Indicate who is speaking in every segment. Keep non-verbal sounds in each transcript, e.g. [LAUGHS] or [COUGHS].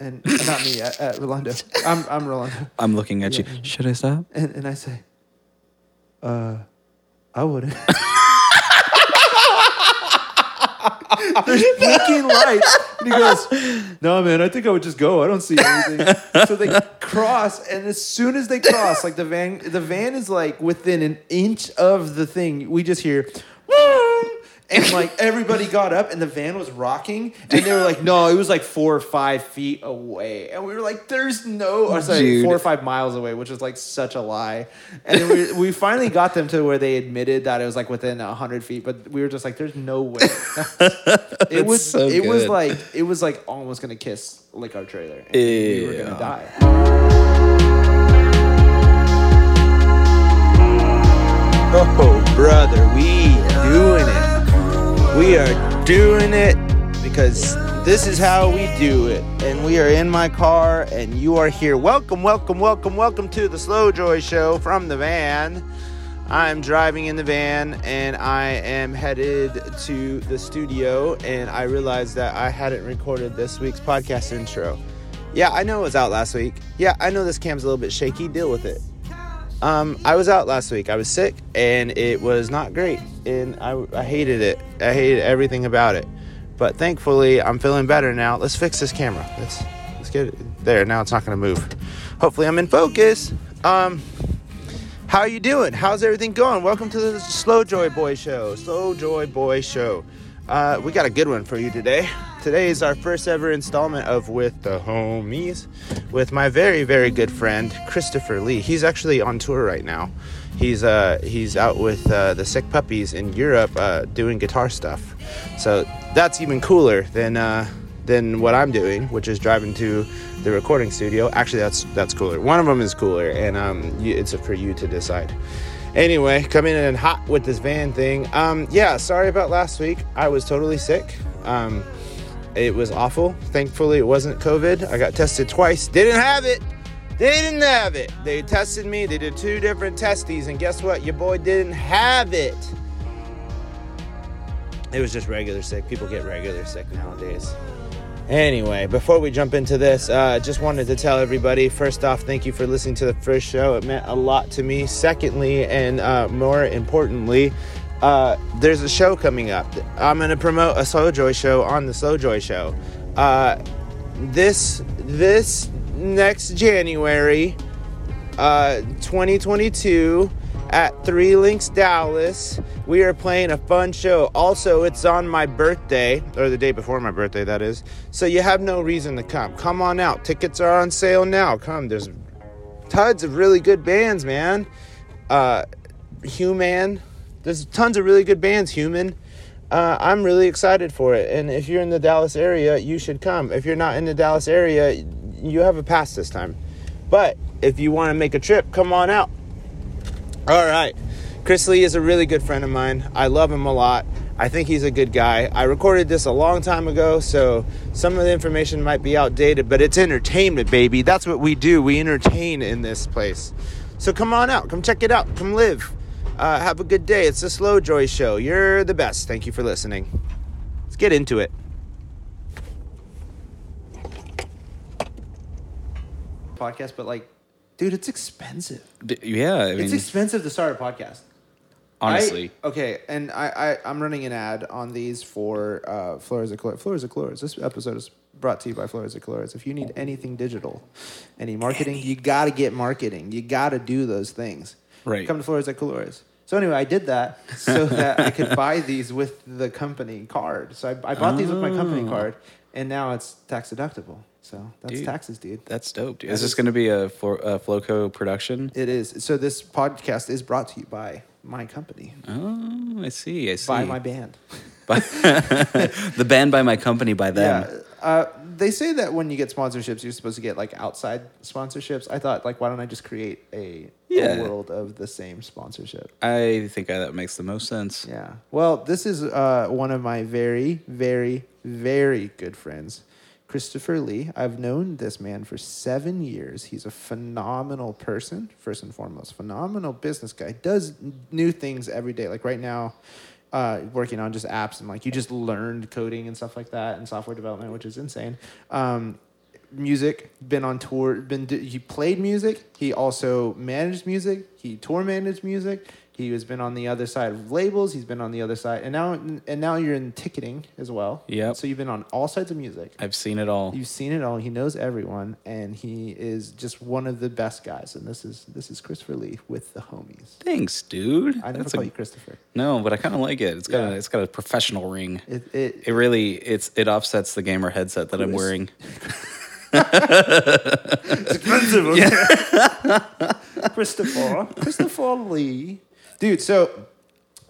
Speaker 1: and uh, not me at, at Rolando. I'm I'm Rolando,
Speaker 2: I'm looking at
Speaker 1: Yeah.
Speaker 2: you. Should I stop?
Speaker 1: and and I say, uh, I wouldn't. There's blinking lights, and he goes, "No, man, I think I would just go. I don't see anything." So they cross, and as soon as they cross, like the van, the van is like within an inch of the thing. We just hear. "Woo!" And like everybody got up and the van was rocking and they were like, no, it was like four or five feet away. And we were like, there's no, or sorry,
Speaker 2: Dude.
Speaker 1: four or five miles away, which was like such a lie. And then we, we finally got them to where they admitted that it was like within a hundred feet, but we were just like, there's no way.
Speaker 2: [LAUGHS]
Speaker 1: it was,
Speaker 2: so
Speaker 1: it was
Speaker 2: good.
Speaker 1: like, it was like almost gonna kiss like our trailer. And We were
Speaker 2: Yeah.
Speaker 1: gonna die.
Speaker 3: Oh, brother, we doing it. We are doing it because this is how we do it. And we are in my car, and you are here. Welcome, welcome, welcome, welcome to the Slow Joy Show from the van. I'm driving in the van and I am headed to the studio. And I realized that I hadn't recorded this week's podcast intro. Yeah, I know it was out last week. Yeah, I know this cam's a little bit shaky. Deal with it. Um, I was out last week. I was sick, and it was not great, and I, I hated it. I hated everything about it. But thankfully, I'm feeling better now. Let's fix this camera. Let's let's get it there. Now it's not going to move. Hopefully, I'm in focus. Um, how you doing? How's everything going? Welcome to the Slow Joy Boy Show. Slow Joy Boy Show. Uh, we got a good one for you today. Today is our first ever installment of With the Homies with my very, very good friend Christopher Lee. He's actually on tour right now. He's uh, he's out with uh, the Sick Puppies in Europe uh, doing guitar stuff. So that's even cooler than uh, than what I'm doing, which is driving to the recording studio. Actually, that's that's cooler. One of them is cooler, and um, you, it's for you to decide. Anyway, coming in hot with this van thing. Um, yeah, sorry about last week. I was totally sick. Um, it was awful. Thankfully, it wasn't COVID. I got tested twice. Didn't have it. Didn't have it. They tested me. They did two different testies, and guess what? Your boy didn't have it. It was just regular sick. People get regular sick nowadays. Anyway, before we jump into this, uh, just wanted to tell everybody first off, thank you for listening to the first show. It meant a lot to me. Secondly, and uh, more importantly, uh, there's a show coming up. I'm going to promote a Slow Joy show on the Slow Joy show. Uh, this this next January, uh, 2022 at Three Links Dallas. We are playing a fun show. Also, it's on my birthday, or the day before my birthday, that is. So you have no reason to come. Come on out. Tickets are on sale now. Come. There's tons of really good bands, man. Uh, Human. There's tons of really good bands, Human. Uh, I'm really excited for it. And if you're in the Dallas area, you should come. If you're not in the Dallas area, you have a pass this time. But if you want to make a trip, come on out. All right. Chris Lee is a really good friend of mine. I love him a lot. I think he's a good guy. I recorded this a long time ago, so some of the information might be outdated, but it's entertainment, baby. That's what we do. We entertain in this place. So come on out. Come check it out. Come live. Uh, have a good day. It's the Slow Joy Show. You're the best. Thank you for listening. Let's get into it.
Speaker 1: Podcast, but like, dude, it's expensive.
Speaker 2: D- yeah, I
Speaker 1: it's
Speaker 2: mean,
Speaker 1: expensive to start a podcast. I-
Speaker 2: honestly,
Speaker 1: okay, and I, I I'm running an ad on these for uh, Flores of Colores. Flores of Colores. This episode is brought to you by Flores of Colores. If you need anything digital, any marketing, you got to get marketing. You got to do those things.
Speaker 2: Right.
Speaker 1: Come to Flores of Colores. So anyway, I did that
Speaker 2: [LAUGHS]
Speaker 1: so that I could buy these with the company card. So I, I bought these with my company
Speaker 2: Oh.
Speaker 1: card, and now it's tax deductible. So that's
Speaker 2: Dude.
Speaker 1: taxes, dude.
Speaker 2: that's dope. Dude. Is this going to be a, Flo- a Floco production?
Speaker 1: It is. So this podcast is brought to you by my company,
Speaker 2: Oh, I see. I see.
Speaker 1: by my band.
Speaker 2: By- the band by my company by them.
Speaker 1: Yeah. Uh, they say that when you get sponsorships, you're supposed to get like outside sponsorships. I thought, like, why don't I just create a, a
Speaker 2: Yeah.
Speaker 1: world of the same sponsorship?
Speaker 2: I think that makes the most sense.
Speaker 1: Yeah. Well, this is uh, one of my very, very, very good friends, Christopher Lee. I've known this man for seven years. He's a phenomenal person, first and foremost. Phenomenal business guy. Does new things every day. Like right now, uh, working on just apps and like you just learned coding and stuff like that and software development, which is insane. Um,
Speaker 3: music, been on tour, been d- he played music, he also managed music, he tour managed music, he has been on the other side of labels, he's been on the other side, and now and now you're in ticketing as well.
Speaker 2: Yep.
Speaker 3: So you've been on all sides of music.
Speaker 2: I've seen it all.
Speaker 3: You've seen it all. He knows everyone, and he is just one of the best guys. And this is this is Christopher Lee with the homies.
Speaker 2: Thanks, dude.
Speaker 3: I never
Speaker 2: That's
Speaker 3: call you
Speaker 2: a,
Speaker 3: Christopher.
Speaker 2: no, but I kind of like it. It's got
Speaker 3: Yeah.
Speaker 2: a, it's got a professional ring. It,
Speaker 3: It, it,
Speaker 2: really it's it offsets the gamer headset that I'm
Speaker 3: Chris.
Speaker 2: wearing.
Speaker 3: expensive. Christopher. Christopher Lee. Dude, so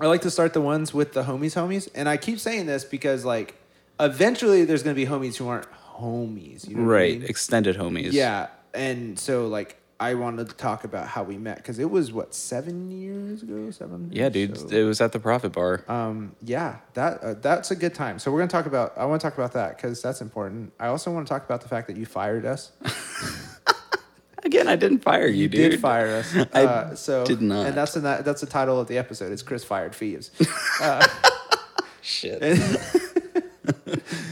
Speaker 3: I like to start the ones with the homies, homies. And I keep saying this because, like, eventually there's going to be homies who aren't homies. You know what I
Speaker 2: Right,
Speaker 3: mean?
Speaker 2: extended homies.
Speaker 3: Yeah. And so, like, I wanted to talk about how we met because it was, what, seven years ago? Seven?
Speaker 2: yeah, dude.
Speaker 3: So-
Speaker 2: It was at the Profit Bar.
Speaker 3: um, yeah, that uh, that's a good time. So we're gonna talk about. I want to talk about that because that's important. I also want to talk about the fact that you fired us.
Speaker 2: Again, I didn't fire you,
Speaker 3: You
Speaker 2: dude.
Speaker 3: did fire us.
Speaker 2: [LAUGHS] I
Speaker 3: Uh, so
Speaker 2: did not.
Speaker 3: and that's the that's the title of the episode. It's Chris fired
Speaker 2: [LAUGHS]
Speaker 3: Thieves.
Speaker 2: Shit.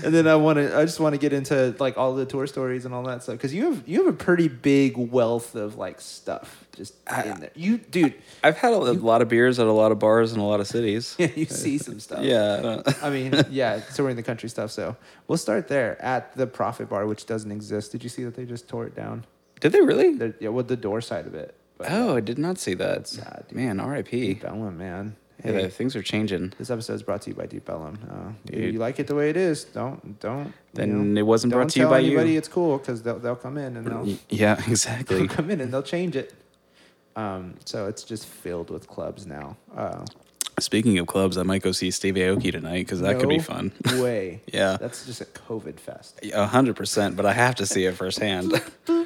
Speaker 3: and then I want to I just want to get into like all the tour stories and all that stuff because you have you have a pretty big wealth of like stuff just in there. You dude, [LAUGHS]
Speaker 2: I've had a, a lot of beers at a lot of bars in a lot of cities.
Speaker 3: you see some stuff.
Speaker 2: [LAUGHS] Yeah, I don't- [LAUGHS]
Speaker 3: I mean, yeah. So we're in the country stuff. So we'll start there at the Profit Bar, which doesn't exist. Did you see that they just tore it down?
Speaker 2: Did they really?
Speaker 3: They're, yeah, well, the door side of it. But
Speaker 2: Oh, I did not see that.
Speaker 3: Nah, dude.
Speaker 2: Man, R.I.P.
Speaker 3: Deep Ellum, man.
Speaker 2: Yeah,
Speaker 3: Hey,
Speaker 2: the things are changing.
Speaker 3: this episode is brought to you by Deep Ellum. Uh, if
Speaker 2: Dude.
Speaker 3: you like it the way it is, don't don't. you
Speaker 2: Then
Speaker 3: know,
Speaker 2: it wasn't
Speaker 3: don't
Speaker 2: brought to you
Speaker 3: tell
Speaker 2: by
Speaker 3: anybody
Speaker 2: you.
Speaker 3: It's cool because they'll they'll come in and they'll, [LAUGHS]
Speaker 2: Yeah, [LAUGHS]
Speaker 3: they'll
Speaker 2: exactly.
Speaker 3: come in and they'll change it. Um, so it's just filled with clubs now. Uh,
Speaker 2: Speaking of clubs, I might go see Steve Aoki tonight because that could be
Speaker 3: no
Speaker 2: fun. [LAUGHS]
Speaker 3: way.
Speaker 2: Yeah.
Speaker 3: That's just a COVID fest.
Speaker 2: A hundred percent, but I have to see it [LAUGHS] firsthand. Yeah.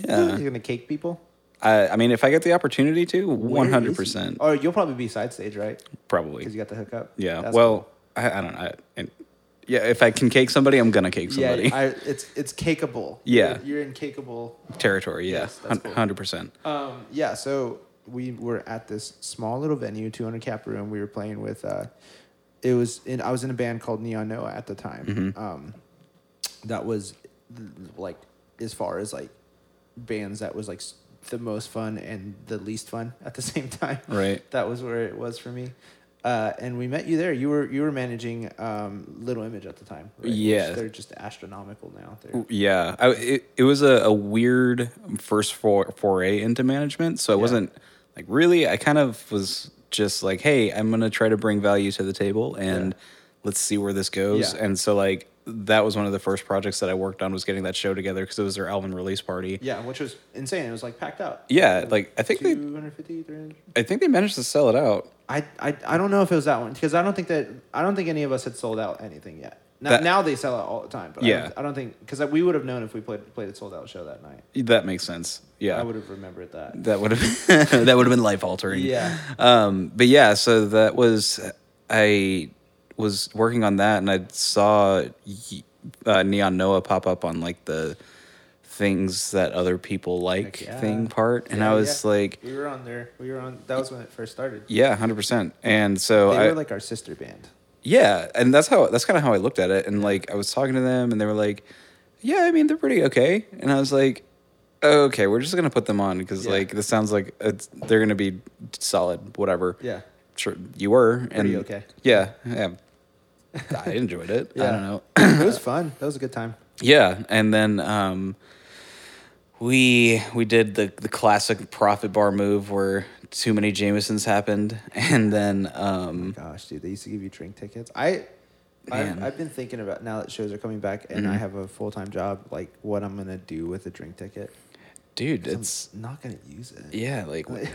Speaker 3: [LAUGHS] You're gonna cake people.
Speaker 2: I, I mean, if I get the opportunity to,
Speaker 3: Where
Speaker 2: one
Speaker 3: is
Speaker 2: hundred
Speaker 3: he?
Speaker 2: percent,
Speaker 3: Or you'll probably be side stage, right? Because
Speaker 2: probably.
Speaker 3: you got the hookup.
Speaker 2: Yeah.
Speaker 3: That's
Speaker 2: well, I, I don't know. I, and yeah, if I can cake somebody, I'm gonna cake
Speaker 3: cool. yeah,
Speaker 2: somebody.
Speaker 3: I, it's it's cakeable.
Speaker 2: Yeah.
Speaker 3: You're, you're in cakeable.
Speaker 2: [LAUGHS] Territory. Yeah,
Speaker 3: Yes, that's cool.
Speaker 2: hundred percent.
Speaker 3: Um, yeah, so we were at this small little venue, 200 cap room. We were playing with. Uh, it was in. I was in a band called Neon Noah at the time. Um, that was like as far as like bands that was like s- the most fun and the least fun [LAUGHS] at the same time.
Speaker 2: Right.
Speaker 3: [LAUGHS] That was where it was for me. Uh, and we met you there. You were you were managing um, Little Image at the time. Which
Speaker 2: Yeah.
Speaker 3: they're just astronomical now. They're,
Speaker 2: Yeah, I, it, it was a, a weird first for, foray into management. So I wasn't like really. I kind of was just like, hey, I'm gonna try to bring value to the table, and let's see where this goes.
Speaker 3: Yeah.
Speaker 2: And so like that was one of the first projects that I worked on was getting that show together because it was their album release party.
Speaker 3: yeah, which was insane. It was like packed out.
Speaker 2: Yeah, like I think they,
Speaker 3: 250, 300.
Speaker 2: I think they managed to sell it out.
Speaker 3: I, I, I don't know if it was that one because I don't think that I don't think any of us had sold out anything yet. Now,
Speaker 2: That-
Speaker 3: now they sell out all the time, but I,
Speaker 2: Yeah.
Speaker 3: don't, I don't think because we would have known if we played played a sold out show that night.
Speaker 2: That makes sense. Yeah,
Speaker 3: I would have remembered that.
Speaker 2: that would have [LAUGHS] that would have been life altering.
Speaker 3: Yeah.
Speaker 2: Um, but yeah, so that was I was working on that, and I saw y- uh, Neon Noah pop up on like the things that other people like
Speaker 3: Like, yeah.
Speaker 2: thing part, and
Speaker 3: Yeah,
Speaker 2: I was
Speaker 3: yeah.
Speaker 2: like,
Speaker 3: we were on there. We were on. That was when it first started.
Speaker 2: yeah, hundred percent. And so
Speaker 3: They
Speaker 2: I,
Speaker 3: were like our sister band.
Speaker 2: yeah, and that's how that's kind of how I looked at it. And like I was talking to them, and they were like, "Yeah, I mean they're pretty okay." And I was like, "Okay, we're just gonna put them on because
Speaker 3: Yeah.
Speaker 2: like this sounds like it's, they're gonna be solid, whatever." [COUGHS]
Speaker 3: Yeah.
Speaker 2: sure, you were and
Speaker 3: Pretty okay.
Speaker 2: Yeah,
Speaker 3: [LAUGHS]
Speaker 2: yeah. I enjoyed it. I don't know.
Speaker 3: it was fun. That was a good time.
Speaker 2: Yeah, and then um, we we did the the classic profit bar move where too many Jamesons happened, [LAUGHS] and then um,
Speaker 3: Gosh, dude, they used to give you drink tickets. I, I've,
Speaker 2: Man. Mm-hmm.
Speaker 3: I've been thinking about now that shows are coming back and I have a full time job, like what I'm gonna do with a drink ticket.
Speaker 2: dude,
Speaker 3: I'm
Speaker 2: it's
Speaker 3: not gonna use it.
Speaker 2: yeah,
Speaker 3: [LAUGHS]
Speaker 2: like I, I-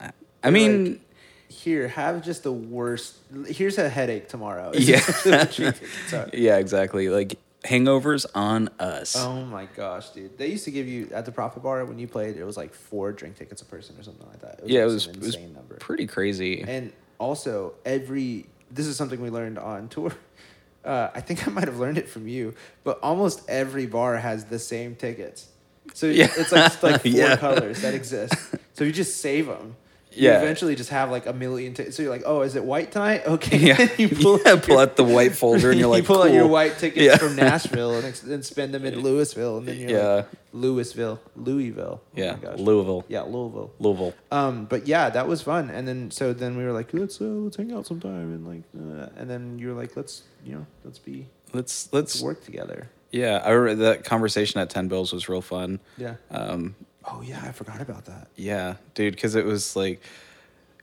Speaker 2: I
Speaker 3: They're
Speaker 2: mean,
Speaker 3: like, here, have just the worst. Here's a headache tomorrow. [LAUGHS]
Speaker 2: Yeah. [LAUGHS]
Speaker 3: Sorry.
Speaker 2: yeah, exactly. Like hangovers on us.
Speaker 3: Oh my gosh, dude! They used to give you at the profit bar when you played. It was like four drink tickets a person or something like that.
Speaker 2: yeah, it
Speaker 3: like
Speaker 2: was,
Speaker 3: some
Speaker 2: it was
Speaker 3: insane number.
Speaker 2: pretty crazy.
Speaker 3: [LAUGHS] And also, every this is something we learned on tour. [LAUGHS] Uh, I think I might have learned it from you, but almost every bar has the same tickets. So
Speaker 2: Yeah. [LAUGHS]
Speaker 3: it's like, it's like four
Speaker 2: Yeah.
Speaker 3: colors that exist. So you just save them. you
Speaker 2: Yeah.
Speaker 3: eventually just have like a million. T- so you're like, oh, is it white tonight? [LAUGHS] Okay.
Speaker 2: [LAUGHS] Yeah, [LAUGHS]
Speaker 3: you pull,
Speaker 2: yeah,
Speaker 3: out
Speaker 2: pull
Speaker 3: your-
Speaker 2: out the white folder and you're like,
Speaker 3: [LAUGHS] you pull out your
Speaker 2: cool.
Speaker 3: white tickets
Speaker 2: Yeah. [LAUGHS]
Speaker 3: from Nashville and, ex- and spend them in Louisville, and then you're
Speaker 2: Yeah.
Speaker 3: like Louisville, Louisville. Oh my
Speaker 2: Yeah,
Speaker 3: gosh.
Speaker 2: Louisville.
Speaker 3: Yeah, Louisville.
Speaker 2: Louisville.
Speaker 3: Um, but yeah, that was fun. And then so then we were like, let's uh, let's hang out sometime, and like, uh, and then you were like, let's you know, let's be
Speaker 2: Let's
Speaker 3: let's
Speaker 2: let's
Speaker 3: work together.
Speaker 2: yeah. I remember that conversation at Ten Bills was real fun.
Speaker 3: Yeah.
Speaker 2: Um,
Speaker 3: Oh yeah, I forgot about
Speaker 2: [LAUGHS]
Speaker 3: that.
Speaker 2: yeah, dude, because it was like,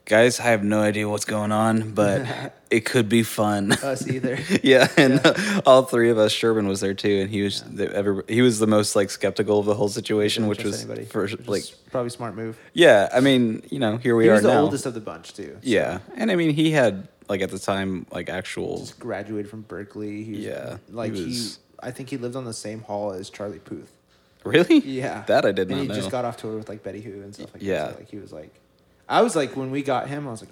Speaker 2: guys, I have no idea what's going on,
Speaker 3: [LAUGHS]
Speaker 2: but it could be fun.
Speaker 3: Us either.
Speaker 2: [LAUGHS] yeah, and [LAUGHS] all three of us. Sherman was there too, and he was the, every, he was the most like skeptical of the whole situation,
Speaker 3: Didn't
Speaker 2: which
Speaker 3: trust
Speaker 2: was
Speaker 3: anybody,
Speaker 2: for,
Speaker 3: which is
Speaker 2: like
Speaker 3: probably smart move.
Speaker 2: yeah. I mean, you know, here we
Speaker 3: He
Speaker 2: are
Speaker 3: was the
Speaker 2: now.
Speaker 3: oldest of the bunch too. so
Speaker 2: yeah, and I mean, he had like at the time like actual
Speaker 3: just graduated from Berkeley. He was,
Speaker 2: Yeah, he
Speaker 3: like he,
Speaker 2: was-
Speaker 3: I think he lived on the same hall as Charlie Puth.
Speaker 2: really
Speaker 3: Yeah,
Speaker 2: that I did
Speaker 3: and
Speaker 2: not
Speaker 3: he
Speaker 2: know.
Speaker 3: just got off tour with like Betty Who and stuff like
Speaker 2: Yeah.
Speaker 3: that. So, like he was like, I was like when we got him, I was like,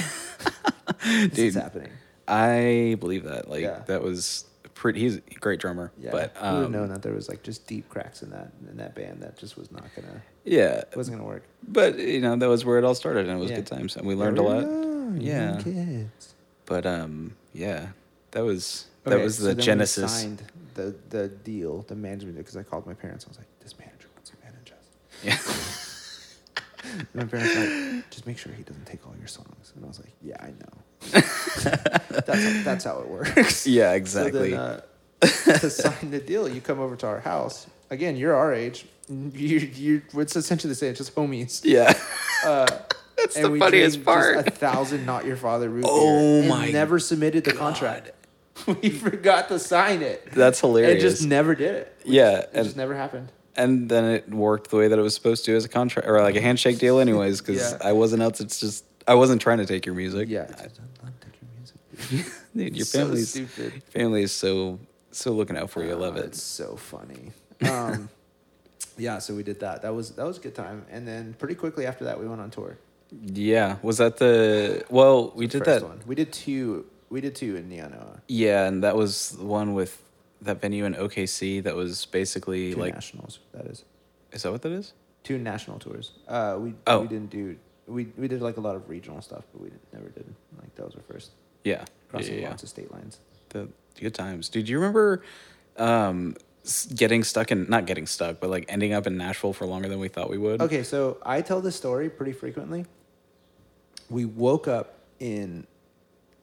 Speaker 3: oh, this
Speaker 2: Dude,
Speaker 3: is happening.
Speaker 2: I believe that. Like
Speaker 3: Yeah.
Speaker 2: that was pretty. He's a great drummer.
Speaker 3: Yeah,
Speaker 2: But
Speaker 3: who would have
Speaker 2: um,
Speaker 3: known that there was like just deep cracks in that in that band that just was not gonna
Speaker 2: yeah,
Speaker 3: wasn't gonna work.
Speaker 2: but you know that was where it all started, and it was
Speaker 3: Yeah.
Speaker 2: good times, and we learned a
Speaker 3: we
Speaker 2: lot.
Speaker 3: were young,
Speaker 2: yeah,
Speaker 3: young kids.
Speaker 2: but um, yeah, that was that
Speaker 3: Okay,
Speaker 2: was
Speaker 3: so
Speaker 2: the
Speaker 3: then we
Speaker 2: genesis.
Speaker 3: signed the the deal, the management deal, because I called my parents. I was like, "This manager wants to manage us."
Speaker 2: [LAUGHS]
Speaker 3: [LAUGHS]
Speaker 2: Yeah.
Speaker 3: And my parents were like, "Just make sure he doesn't take all your songs." And I was like, "Yeah, I know. [LAUGHS] that's that's how it works."
Speaker 2: yeah,
Speaker 3: So then,
Speaker 2: exactly.
Speaker 3: uh, [LAUGHS] to sign the deal, you come over to our house. Again, you're our age. You you it's essentially the same, just homies.
Speaker 2: yeah.
Speaker 3: Uh,
Speaker 2: [LAUGHS] That's
Speaker 3: and
Speaker 2: the
Speaker 3: we
Speaker 2: funniest
Speaker 3: dreamed
Speaker 2: part.
Speaker 3: Just a thousand not your father root
Speaker 2: Oh
Speaker 3: beer and
Speaker 2: my
Speaker 3: never submitted the contract. [LAUGHS] We forgot to sign it.
Speaker 2: That's
Speaker 3: It
Speaker 2: hilarious.
Speaker 3: just never did it. We
Speaker 2: Yeah,
Speaker 3: just- it
Speaker 2: and-
Speaker 3: just never happened.
Speaker 2: and then it worked the way that it was supposed to as a contract or like a handshake deal, anyways, because
Speaker 3: Yeah.
Speaker 2: I wasn't out. It's just I wasn't trying to take your music.
Speaker 3: Yeah,
Speaker 2: I-
Speaker 3: [LAUGHS] your
Speaker 2: [LAUGHS] dude,
Speaker 3: [LAUGHS]
Speaker 2: your
Speaker 3: So
Speaker 2: family's
Speaker 3: stupid. Ah,
Speaker 2: your family is so so looking out for you. I love it.
Speaker 3: It's so funny. Um, [LAUGHS] yeah, so we did that. That was that was a good time. And then pretty quickly after that, we went on tour.
Speaker 2: Yeah, was that the well? We did
Speaker 3: First
Speaker 2: that.
Speaker 3: one. We did two. We did two in Neonoa.
Speaker 2: Yeah, and that was the one with that venue in OKC. That was basically
Speaker 3: Two
Speaker 2: like,
Speaker 3: nationals. That is
Speaker 2: is that what that is?
Speaker 3: two national tours. Uh, we
Speaker 2: Oh.
Speaker 3: we didn't do. We, we did like a lot of regional stuff, but we didn't, never did like that was our first
Speaker 2: Yeah, yeah,
Speaker 3: crossing
Speaker 2: yeah, yeah.
Speaker 3: lots of state lines.
Speaker 2: The good times, dude. Do you remember um, s- getting stuck in? Not getting stuck, but like ending up in Nashville for longer than we thought we would.
Speaker 3: Okay, so I tell this story pretty frequently. We woke up in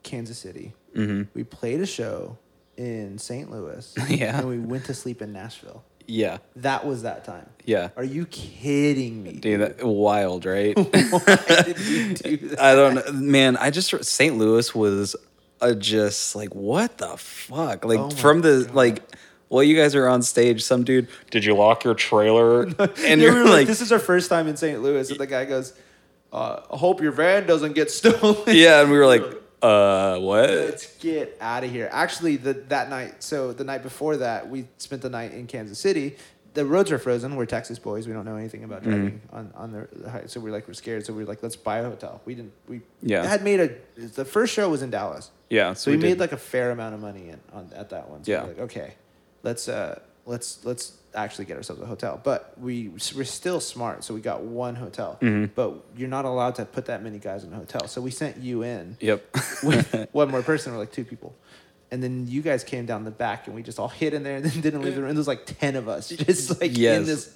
Speaker 3: Kansas City.
Speaker 2: Mm-hmm.
Speaker 3: We played a show in St. Louis.
Speaker 2: [LAUGHS] Yeah.
Speaker 3: And we went to sleep in Nashville.
Speaker 2: Yeah,
Speaker 3: That was that time.
Speaker 2: yeah,
Speaker 3: Are you kidding me?
Speaker 2: dude. That, wild,
Speaker 3: [LAUGHS]
Speaker 2: right?
Speaker 3: Why did we do
Speaker 2: [LAUGHS]
Speaker 3: that?
Speaker 2: I don't know, man. I just St. Louis was uh, just like what the fuck, like
Speaker 3: Oh my
Speaker 2: from the like. While you guys are on stage, some dude, did you lock your trailer?
Speaker 3: [LAUGHS]
Speaker 2: [LAUGHS] And
Speaker 3: Yeah, we
Speaker 2: you're
Speaker 3: were
Speaker 2: like,
Speaker 3: this is our first time in St. Louis. And the guy goes, uh, I hope your van doesn't get [LAUGHS] stolen.
Speaker 2: yeah, and we were like, uh, what?
Speaker 3: Let's get out of here. Actually, the, that night, so the night before that, we spent the night in Kansas City. The roads are frozen. We're Texas boys. We don't know anything
Speaker 2: Mm-hmm.
Speaker 3: about driving on, on the- the high. So we're like, we're scared. So we're like, let's buy a hotel. We didn't, we
Speaker 2: Yeah.
Speaker 3: had made a, the first show was in Dallas.
Speaker 2: Yeah,
Speaker 3: So we, made like a fair amount of money in, on, at that one. So
Speaker 2: Yeah.
Speaker 3: we're like, okay, let's, uh, let's, let's actually get ourselves a hotel. But we, we're still smart. So we got one hotel.
Speaker 2: Mm-hmm.
Speaker 3: But you're not allowed to put that many guys in a hotel. So we sent you in
Speaker 2: Yep. [LAUGHS]
Speaker 3: with [LAUGHS] one more person or like two people. And then you guys came down the back and we just all hid in there and then didn't leave the room. There was like 10 of us just like in
Speaker 2: Yes.
Speaker 3: this.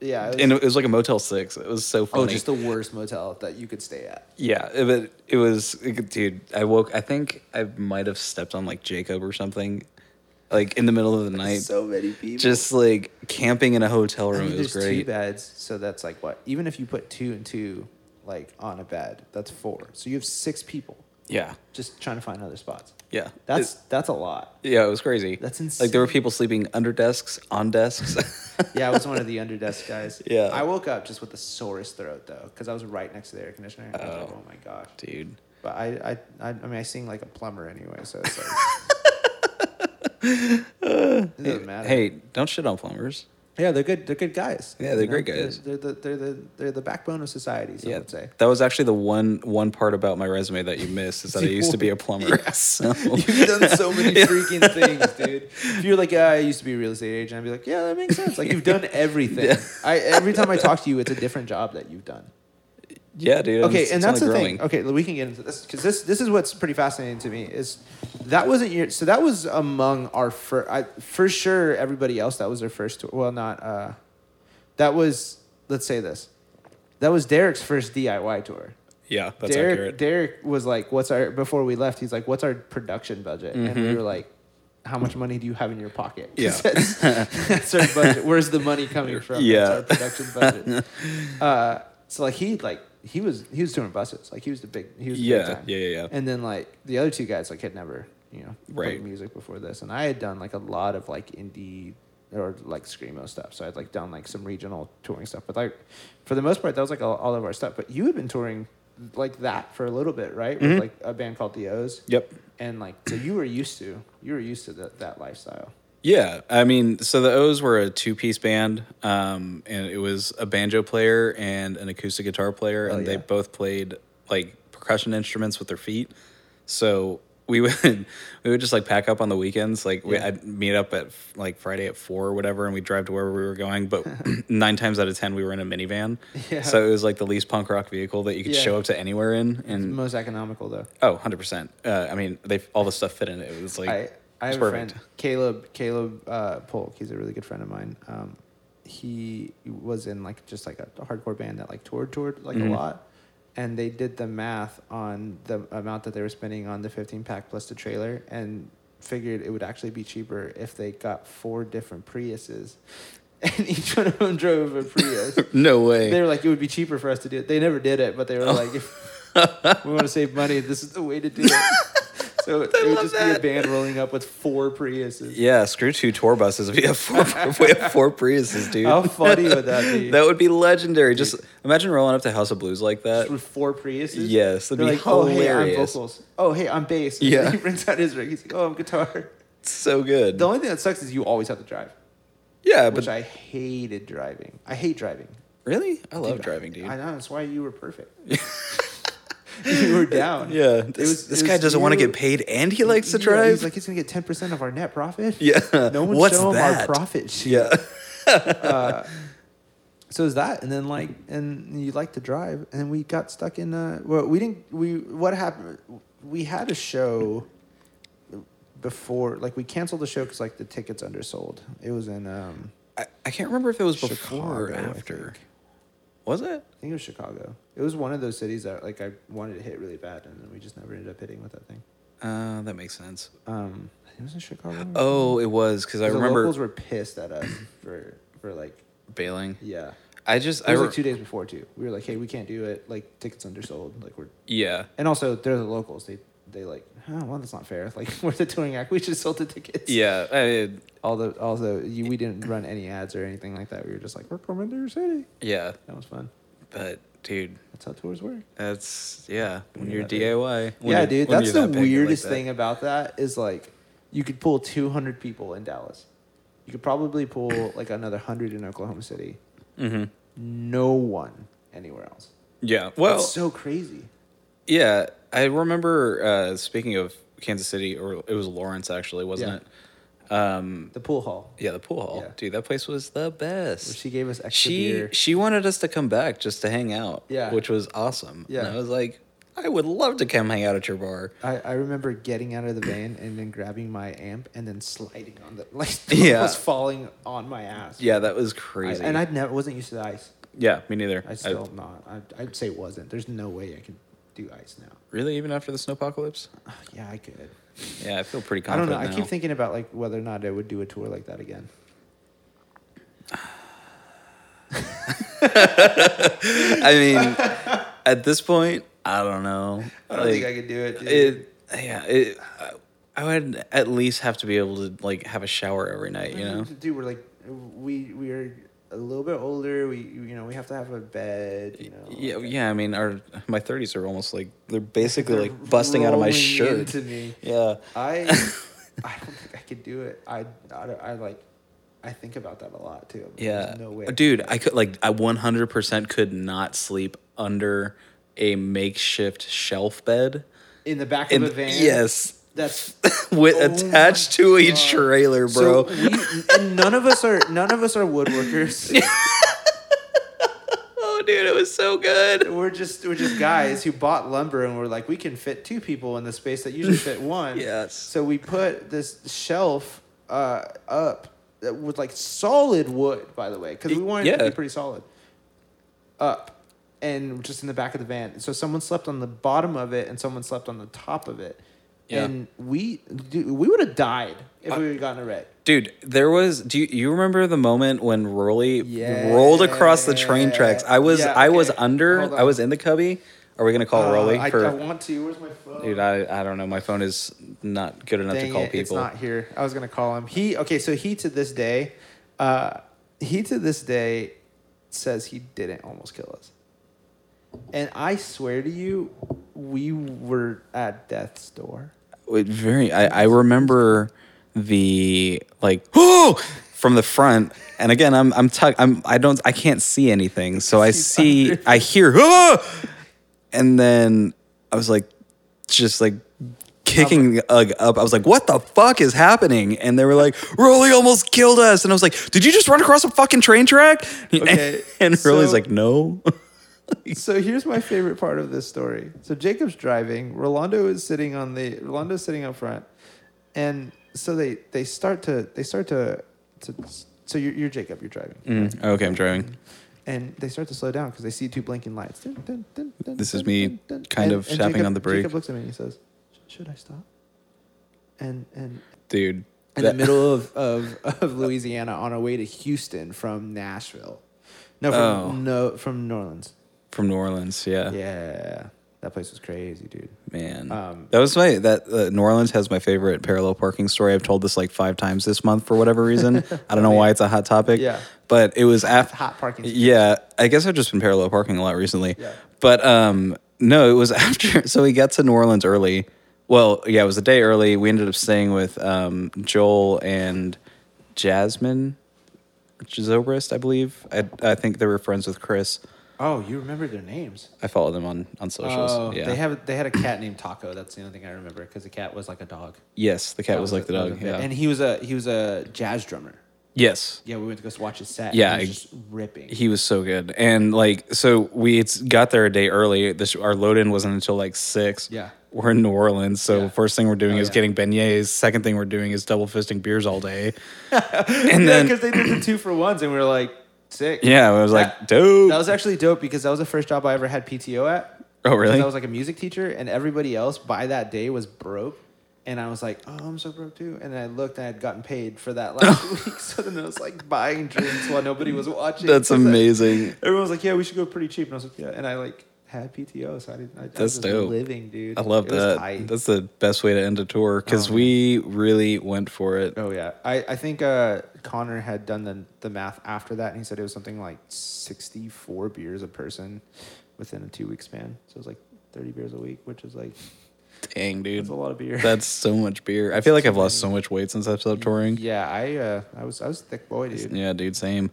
Speaker 3: Yeah. It was,
Speaker 2: and it was like a Motel Six. It was so funny.
Speaker 3: oh, just the worst motel that you could stay at.
Speaker 2: yeah, it, but it was dude. I woke. I think I might have stepped on like Jacob or something, like in the middle of the night.
Speaker 3: so many people.
Speaker 2: just like camping in a hotel
Speaker 3: I
Speaker 2: room.
Speaker 3: mean,
Speaker 2: it was
Speaker 3: there's two
Speaker 2: great.
Speaker 3: beds. So that's like what? Even if you put two and two like on a bed, that's four. So you have six people
Speaker 2: Yeah,
Speaker 3: just trying to find other spots.
Speaker 2: yeah.
Speaker 3: That's, that's a lot.
Speaker 2: It- yeah. It was crazy.
Speaker 3: That's
Speaker 2: Like there were
Speaker 3: insane.
Speaker 2: people sleeping under desks, on desks. [LAUGHS]
Speaker 3: Yeah, I was one of the under desk guys.
Speaker 2: Yeah.
Speaker 3: I woke up just with a sorest throat though, because I was right next to the air conditioner. I was like, oh my gosh.
Speaker 2: dude.
Speaker 3: But I, I, I, I mean, I sing like a plumber anyway, so it's like.
Speaker 2: [LAUGHS]
Speaker 3: it doesn't matter.
Speaker 2: Hey, don't shit on plumbers.
Speaker 3: yeah, they're good. They're good guys.
Speaker 2: Yeah, they're great guys.
Speaker 3: They're, they're the they're the they're the backbone of society. Some
Speaker 2: Yeah,
Speaker 3: would say.
Speaker 2: that was actually the one one part about my resume that you missed is that I used
Speaker 3: [LAUGHS]
Speaker 2: to be a plumber. [LAUGHS] So
Speaker 3: You've done so many
Speaker 2: [LAUGHS]
Speaker 3: freaking things, dude. If you're like, "Ah, I used to be a real estate agent, I'd be like, yeah, that makes sense. Like you've done everything. I every time I talk to you, it's a different job that you've done.
Speaker 2: Yeah, dude.
Speaker 3: Okay,
Speaker 2: it's-
Speaker 3: and
Speaker 2: it's
Speaker 3: that's the
Speaker 2: only
Speaker 3: thing. Okay, we can get into this because this this is what's pretty fascinating to me is that wasn't your so that was among our first I, for sure everybody else that was their first tour. Well, not uh, that was let's say this that was Derek's first DIY tour.
Speaker 2: Yeah, that's
Speaker 3: Derek
Speaker 2: accurate.
Speaker 3: Derek was like, "What's our before we left? He's like, "What's our production budget?" And we were like. How much money do you have in your pocket? [LAUGHS] 'Cause
Speaker 2: Mm-hmm. Yeah.
Speaker 3: that's, that's our budget. Where's the money coming from? That's
Speaker 2: Yeah.
Speaker 3: our production
Speaker 2: [LAUGHS]
Speaker 3: budget. Uh, so like he like he was he was touring buses. Like he was the big he was the
Speaker 2: Yeah,
Speaker 3: big time.
Speaker 2: yeah, yeah, yeah.
Speaker 3: And then like the other two guys like had never you know
Speaker 2: Right.
Speaker 3: played music before this, and I had done like a lot of like indie or like screamo stuff. So I'd like done like some regional touring stuff, but like for the most part that was like all, all of our stuff. But you had been touring like that for a little bit, right? With like a band called the O's.
Speaker 2: Yep.
Speaker 3: And like so you were used to you were used to that that lifestyle.
Speaker 2: Yeah, I mean, so the O's were a two-piece band, um, and it was a banjo player and an acoustic guitar player, and they
Speaker 3: Oh, yeah.
Speaker 2: both played like percussion instruments with their feet. So we [LAUGHS] would we would just like pack up on the weekends. Like we, I'd meet up at like Friday at four or whatever, and we would drive to wherever we were going.
Speaker 3: [LAUGHS]
Speaker 2: But [CLEARS THROAT] nine times out of ten, we were in a minivan.
Speaker 3: Yeah.
Speaker 2: So it was like the least punk rock vehicle that you could
Speaker 3: Yeah.
Speaker 2: show up to anywhere in, and
Speaker 3: Most economical though.
Speaker 2: Oh, 100%. Uh, I mean, they all the stuff fit in it. It was like
Speaker 3: I, I
Speaker 2: it was
Speaker 3: have a friend, Caleb Caleb uh, Polk. He's a really good friend of mine. Um, he was in like just like a hardcore band that like toured toured like a lot, and they did the math on the amount that they were spending on the fifteen pack plus the trailer and figured it would actually be cheaper if they got four different Priuses, [LAUGHS] and each one of them drove a Prius.
Speaker 2: No way.
Speaker 3: They were like, it would be cheaper for us to do it. They never did it, but they
Speaker 2: Oh.
Speaker 3: were like, if we want to save money, this is the way to do
Speaker 2: [LAUGHS]
Speaker 3: it. So it would just be a band rolling up with four Priuses.
Speaker 2: yeah, screw two tour buses. [LAUGHS] We have four, we have four Priuses, dude.
Speaker 3: How funny would that be?
Speaker 2: [LAUGHS] that would be legendary. Just imagine rolling up to House of Blues like that.
Speaker 3: Just with four Priuses.
Speaker 2: uh, Yes, that'd
Speaker 3: they're
Speaker 2: be
Speaker 3: like, oh hey, I'm
Speaker 2: hilarious."
Speaker 3: vocals. Oh hey, I'm bass. [LAUGHS] And
Speaker 2: Yeah.
Speaker 3: he brings out his rig. He's like, oh, I'm guitar.
Speaker 2: It's so good.
Speaker 3: The only thing that sucks is you always have to drive,
Speaker 2: yeah,
Speaker 3: which
Speaker 2: but
Speaker 3: I hated driving. I hate driving.
Speaker 2: really, I love driving, dude.
Speaker 3: I know that's why you were
Speaker 2: [LAUGHS]
Speaker 3: perfect. [LAUGHS] you were down.
Speaker 2: yeah,
Speaker 3: It
Speaker 2: this,
Speaker 3: was-
Speaker 2: this
Speaker 3: it
Speaker 2: guy
Speaker 3: was
Speaker 2: doesn't want to
Speaker 3: you-
Speaker 2: get paid, and he likes to
Speaker 3: Yeah,
Speaker 2: drive.
Speaker 3: He's like, he's gonna get ten percent of our net profit.
Speaker 2: [LAUGHS] Yeah.
Speaker 3: no one's
Speaker 2: What's
Speaker 3: showing
Speaker 2: that?
Speaker 3: our profit. sheet.
Speaker 2: [LAUGHS]
Speaker 3: Uh,
Speaker 2: yeah,
Speaker 3: So is that, and then like, and you like to drive, and we got stuck in. Uh, well, we didn't. We what happened? We had a show before, like we canceled the show because like the tickets undersold. It was in. Um,
Speaker 2: I, I can't remember if it was before or
Speaker 3: Chicago, I
Speaker 2: after.
Speaker 3: think.
Speaker 2: Was it?
Speaker 3: I think it was Chicago. It was one of those cities that like I wanted to hit really bad, and then we just never ended up hitting with that thing.
Speaker 2: Uh, that makes sense.
Speaker 3: Um, I think it was in Chicago.
Speaker 2: Oh, it was because I
Speaker 3: the
Speaker 2: remember
Speaker 3: locals were pissed at us for for like
Speaker 2: bailing.
Speaker 3: yeah.
Speaker 2: I just,
Speaker 3: It
Speaker 2: I
Speaker 3: was
Speaker 2: re-
Speaker 3: like two days before too. We were like, "Hey, we can't do it. Like tickets undersold. Like we're
Speaker 2: yeah,
Speaker 3: and also they're the locals. They they like, oh, well, that's not fair. [LAUGHS] Like we're the touring act. We should have sold the tickets.
Speaker 2: yeah. I,
Speaker 3: Although although you, we didn't run any ads or anything like that. We were just like, we're from your city.
Speaker 2: Yeah,
Speaker 3: That was fun.
Speaker 2: but dude,
Speaker 3: That's how tours work.
Speaker 2: that's yeah. When
Speaker 3: Yeah,
Speaker 2: you're
Speaker 3: that-
Speaker 2: DIY, when
Speaker 3: yeah,
Speaker 2: you're-
Speaker 3: dude.
Speaker 2: when
Speaker 3: That's the
Speaker 2: you're that big, I like
Speaker 3: weirdest
Speaker 2: that.
Speaker 3: thing about that is like, you could pull 200 people in Dallas. You could probably
Speaker 2: [COUGHS]
Speaker 3: pull like another 100 in Oklahoma City.
Speaker 2: Mhm.
Speaker 3: No one anywhere else.
Speaker 2: Yeah. Well,
Speaker 3: it's so crazy.
Speaker 2: yeah. I remember uh, speaking of Kansas City, or it was Lawrence actually, wasn't it? Um,
Speaker 3: The pool hall.
Speaker 2: yeah, the pool hall,
Speaker 3: Yeah.
Speaker 2: dude. That place was the
Speaker 3: where
Speaker 2: best.
Speaker 3: She gave us extra
Speaker 2: she
Speaker 3: beer.
Speaker 2: she wanted us to come back just to hang out.
Speaker 3: Yeah.
Speaker 2: which was awesome.
Speaker 3: Yeah.
Speaker 2: and I was like, I would love to come hang out at your bar.
Speaker 3: I, I remember getting out of the van and then grabbing my amp and then sliding on the [LAUGHS] like
Speaker 2: Yeah.
Speaker 3: almost falling on my ass.
Speaker 2: Yeah, that was
Speaker 3: I-
Speaker 2: crazy.
Speaker 3: and I never wasn't used to the ice.
Speaker 2: yeah, me neither.
Speaker 3: I still am not. I, I'd say wasn't. There's no way I could do ice now. [SIGHS]
Speaker 2: really even after the snowpocalypse.
Speaker 3: Ugh, yeah, I could.
Speaker 2: Yeah, I feel pretty
Speaker 3: I don't
Speaker 2: confident.
Speaker 3: know. I
Speaker 2: now.
Speaker 3: keep thinking about like whether or not I would do a tour like that again.
Speaker 2: I mean, at this point, I don't know. Like,
Speaker 3: could do it.
Speaker 2: It, yeah, it, I- I would at least have to be able to like have a shower every night. You know?
Speaker 3: dude, we're like we we are a little bit older. We you know we have to have a bed. You know.
Speaker 2: Yeah, yeah. I mean, our my thirties are almost like they're basically like busting out of my
Speaker 3: Rolling
Speaker 2: shirt.
Speaker 3: into me.
Speaker 2: Yeah. [LAUGHS]
Speaker 3: I I don't think I could do it. I, I, don't- I like I think about that a lot too.
Speaker 2: Yeah,
Speaker 3: There's no way.
Speaker 2: dude. I could like I one hundred percent could not sleep under a makeshift shelf bed.
Speaker 3: in the back
Speaker 2: In
Speaker 3: of a van.
Speaker 2: yes, [LAUGHS]
Speaker 3: That's
Speaker 2: with
Speaker 3: Oh my
Speaker 2: attached to a
Speaker 3: God.
Speaker 2: trailer, bro.
Speaker 3: so
Speaker 2: [LAUGHS]
Speaker 3: we, and none of us are none of us are woodworkers.
Speaker 2: oh, dude. It was so good.
Speaker 3: We're just we're just guys who bought lumber and we're like we can fit two people in the space that usually
Speaker 2: [LAUGHS]
Speaker 3: fit one.
Speaker 2: Yes.
Speaker 3: So we put this shelf uh, up that with like solid wood, by the way, because we wanted it to
Speaker 2: Yeah.
Speaker 3: be pretty solid. Up, and just in the back of the van. So someone slept on the bottom of it and someone slept on the top of it.
Speaker 2: Yeah.
Speaker 3: And we dude, we would have died if we had gotten a wreck.
Speaker 2: Dude, there was. Do you, you remember the moment when Rolly rolled across the train tracks? I was,
Speaker 3: Yeah,
Speaker 2: I was
Speaker 3: okay. Hold
Speaker 2: under,
Speaker 3: on.
Speaker 2: I was in the cubby. Are we gonna call
Speaker 3: Uh,
Speaker 2: Rolly
Speaker 3: I,
Speaker 2: Oh, for?
Speaker 3: I want to. Where's my phone?
Speaker 2: dude, I, I don't know. My phone is not good enough
Speaker 3: Dang
Speaker 2: to call
Speaker 3: it, It's
Speaker 2: people.
Speaker 3: not here. I was gonna call him. He okay. So he to this day, uh, he to this day says he didn't almost kill us. And I swear to you, we were at death's
Speaker 2: [LAUGHS]
Speaker 3: door.
Speaker 2: It very. I, I remember the like [GASPS] oh from the front, and again, I'm I'm tuck. I'm I don't I can't see anything, so I see I hear [GASPS] oh, and then I was like, just like kicking Ugg up. I was like, what the fuck is happening? And they were like, Rolly almost killed us, and I was like, did you just run across a fucking train track? [LAUGHS]
Speaker 3: Okay,
Speaker 2: and, Rolly's
Speaker 3: so-
Speaker 2: like, no.
Speaker 3: So here's my favorite part of this story. So Jacob's driving. Rolando is sitting on the. Rolando's sitting up front, and so they they start to they start to to. So you're, you're Jacob. You're driving.
Speaker 2: Mm, okay, I'm driving.
Speaker 3: and they start to slow down because they see two blinking lights. Dun, dun, dun, dun,
Speaker 2: This is
Speaker 3: dun,
Speaker 2: me
Speaker 3: dun, dun.
Speaker 2: kind of tapping
Speaker 3: Jacob-
Speaker 2: on the brake.
Speaker 3: Jacob looks at me and he says, "Sh- "Should I stop?" And and
Speaker 2: Dude.
Speaker 3: in the
Speaker 2: that-
Speaker 3: middle of, of, of Louisiana on our way to Houston from Nashville, no, from
Speaker 2: Oh.
Speaker 3: no, from New Orleans.
Speaker 2: [LAUGHS] from New Orleans,
Speaker 3: Yeah, that place was crazy, dude.
Speaker 2: Man,
Speaker 3: Um,
Speaker 2: that was my that uh, New Orleans has my favorite parallel parking story. I've told this like five times this month for whatever
Speaker 3: [LAUGHS]
Speaker 2: reason. I don't know why it's a hot topic.
Speaker 3: Yeah.
Speaker 2: but it was after
Speaker 3: hot parking space.
Speaker 2: Yeah, I guess I've just been parallel parking a lot recently.
Speaker 3: Yeah.
Speaker 2: but um, no, it was [LAUGHS] after. So we got to New Orleans early. Well, yeah, it was a day early. We ended up staying with um, Joel and Jasmine Zobrist, I believe. I I think they were friends with Chris.
Speaker 3: Oh, you remember their names?
Speaker 2: I follow them on on socials.
Speaker 3: Oh,
Speaker 2: yeah.
Speaker 3: they have they had a cat named Taco. That's the only thing I remember because the cat was like a dog.
Speaker 2: yes, the cat
Speaker 3: That
Speaker 2: was like
Speaker 3: a-
Speaker 2: the
Speaker 3: that
Speaker 2: dog.
Speaker 3: was a-
Speaker 2: Yeah.
Speaker 3: and he was a he was a jazz drummer.
Speaker 2: yes.
Speaker 3: Yeah, we went to go watch his set.
Speaker 2: Yeah,
Speaker 3: and he was
Speaker 2: I-
Speaker 3: just ripping.
Speaker 2: He was so good, and like so we it's got there a day early. This our load in wasn't until like six.
Speaker 3: Yeah.
Speaker 2: we're in New Orleans, so
Speaker 3: Yeah.
Speaker 2: first thing we're doing
Speaker 3: Oh,
Speaker 2: is
Speaker 3: yeah.
Speaker 2: getting beignets. Second thing we're doing is double fisting beers
Speaker 3: [LAUGHS]
Speaker 2: all day, and
Speaker 3: because
Speaker 2: then
Speaker 3: they did the two for ones, and we were like, sick.
Speaker 2: yeah, I was like, dude.
Speaker 3: That was actually dope because that was the first job I ever had PTO at.
Speaker 2: Oh, really?
Speaker 3: 'Cause I was like a music teacher, and everybody else by that day was broke. And I was like, oh, I'm so broke too. And I looked and I had gotten paid for that
Speaker 2: [LAUGHS]
Speaker 3: last week. [LAUGHS] So then I was like buying drinks while nobody was watching.
Speaker 2: That's
Speaker 3: 'Cause I-
Speaker 2: amazing.
Speaker 3: everyone was like, yeah, we should go pretty cheap. And I was like, yeah. And I like had PTO. So I didn't, I, I was
Speaker 2: That's
Speaker 3: just
Speaker 2: dope.
Speaker 3: living, dude.
Speaker 2: I love
Speaker 3: It was
Speaker 2: that.
Speaker 3: tight.
Speaker 2: That's the best way to end a tour because
Speaker 3: Oh, man.
Speaker 2: we really went for it.
Speaker 3: Oh yeah, I, I think uh, Connor had done the the math after that, and he said it was something like sixty four beers a person within a two week span. So it was like thirty beers a week, which is like
Speaker 2: Dang, dude,
Speaker 3: that's a lot of beer.
Speaker 2: that's so much beer. I feel like I've
Speaker 3: [LAUGHS]
Speaker 2: lost so much weight since I've stopped touring.
Speaker 3: yeah, I uh, I was I was a thick boy, dude.
Speaker 2: Yeah, dude, same.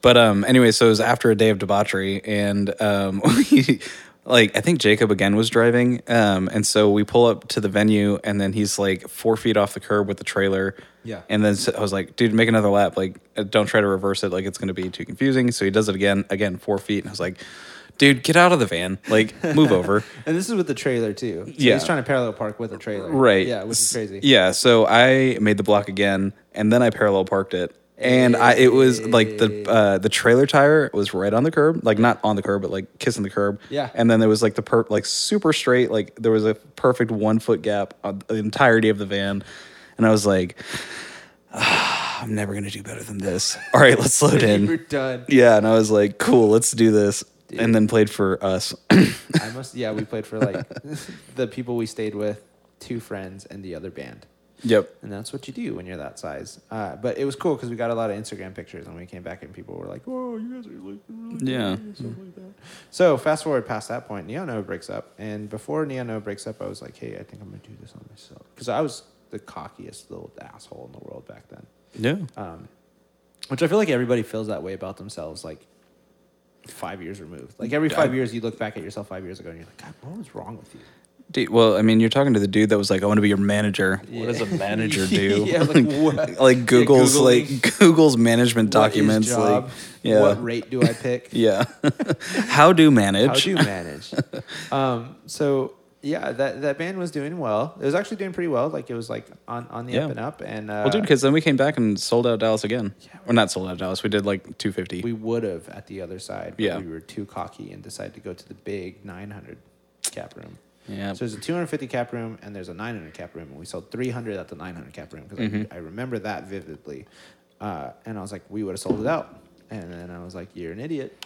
Speaker 2: But um, anyway, so it was after a day of debauchery, and um, [LAUGHS] we, like I think Jacob again was driving, um, and so we pull up to the venue, and then he's like four feet off the curb with the trailer.
Speaker 3: Yeah.
Speaker 2: And then so- I was like, dude, make another lap. Like, uh, don't try to reverse it. Like, it's gonna be too confusing. So he does it again, again, four feet, and I was like, dude, get out of the van. Like,
Speaker 3: [LAUGHS]
Speaker 2: move over.
Speaker 3: And this is with the trailer too. So
Speaker 2: Yeah.
Speaker 3: he's trying to parallel park with a trailer,
Speaker 2: Right.
Speaker 3: Yeah, which is
Speaker 2: S-
Speaker 3: crazy.
Speaker 2: Yeah. So I made the block again, and then I parallel parked it, and I it was like the uh, the trailer tire was right on the curb, like not on the curb, but like kissing the curb.
Speaker 3: Yeah.
Speaker 2: And then there was like the per like super straight, like there was a perfect one foot gap on the entirety of the van, and I was like, "Ah, I'm never gonna do better than this. [LAUGHS] All right, let's
Speaker 3: [LAUGHS]
Speaker 2: load
Speaker 3: You were
Speaker 2: in.
Speaker 3: done.
Speaker 2: Yeah. And I was like, cool, let's do this. And then played for
Speaker 3: [COUGHS]
Speaker 2: us.
Speaker 3: I must. Yeah, we played for like [LAUGHS] the people we stayed with, two friends, and the other band.
Speaker 2: yep.
Speaker 3: and that's what you do when you're that size. Uh, but it was cool because we got a lot of Instagram pictures, and we came back and people were like, "Whoa, you guys are like really good,"
Speaker 2: Yeah.
Speaker 3: and stuff like that." So fast forward past that point, Neono breaks up, and before Neono breaks up, I was like, "Hey, I think I'm gonna do this on myself," because I was the cockiest little asshole in the world back then.
Speaker 2: Yeah.
Speaker 3: Um, which I feel like everybody feels that way about themselves, like five years removed. Like every five years, you look back at yourself five years ago, and you're like, "God, what was wrong with you?"
Speaker 2: Dude, well, I mean, you're talking to the dude that was like, "I want to be your manager." What does a
Speaker 3: [LAUGHS]
Speaker 2: manager do?
Speaker 3: Yeah,
Speaker 2: [LAUGHS]
Speaker 3: like what-
Speaker 2: like Google's
Speaker 3: Google
Speaker 2: like Google's management
Speaker 3: What is
Speaker 2: documents.
Speaker 3: job?
Speaker 2: Like, yeah,
Speaker 3: What rate do I pick?
Speaker 2: [LAUGHS] yeah. How do manage?
Speaker 3: How do you
Speaker 2: [LAUGHS]
Speaker 3: manage? um, so yeah, that that band was doing well. It was actually doing pretty well. Like it was like on, on the
Speaker 2: Yeah.
Speaker 3: up and up. And uh,
Speaker 2: well, dude, because then we came back and sold out Dallas again. Or not sold out Dallas. We did like 250.
Speaker 3: we would have at the other side. but
Speaker 2: Yeah.
Speaker 3: we were too cocky and decided to go to the big 900 cap room.
Speaker 2: Yeah.
Speaker 3: So there's a 250 cap room and there's a 900 cap room, and we sold 300 at the 900 cap room because
Speaker 2: Mm-hmm.
Speaker 3: I, I remember that vividly. Uh, and I was like, we would have sold it out. And then I was like, you're an idiot.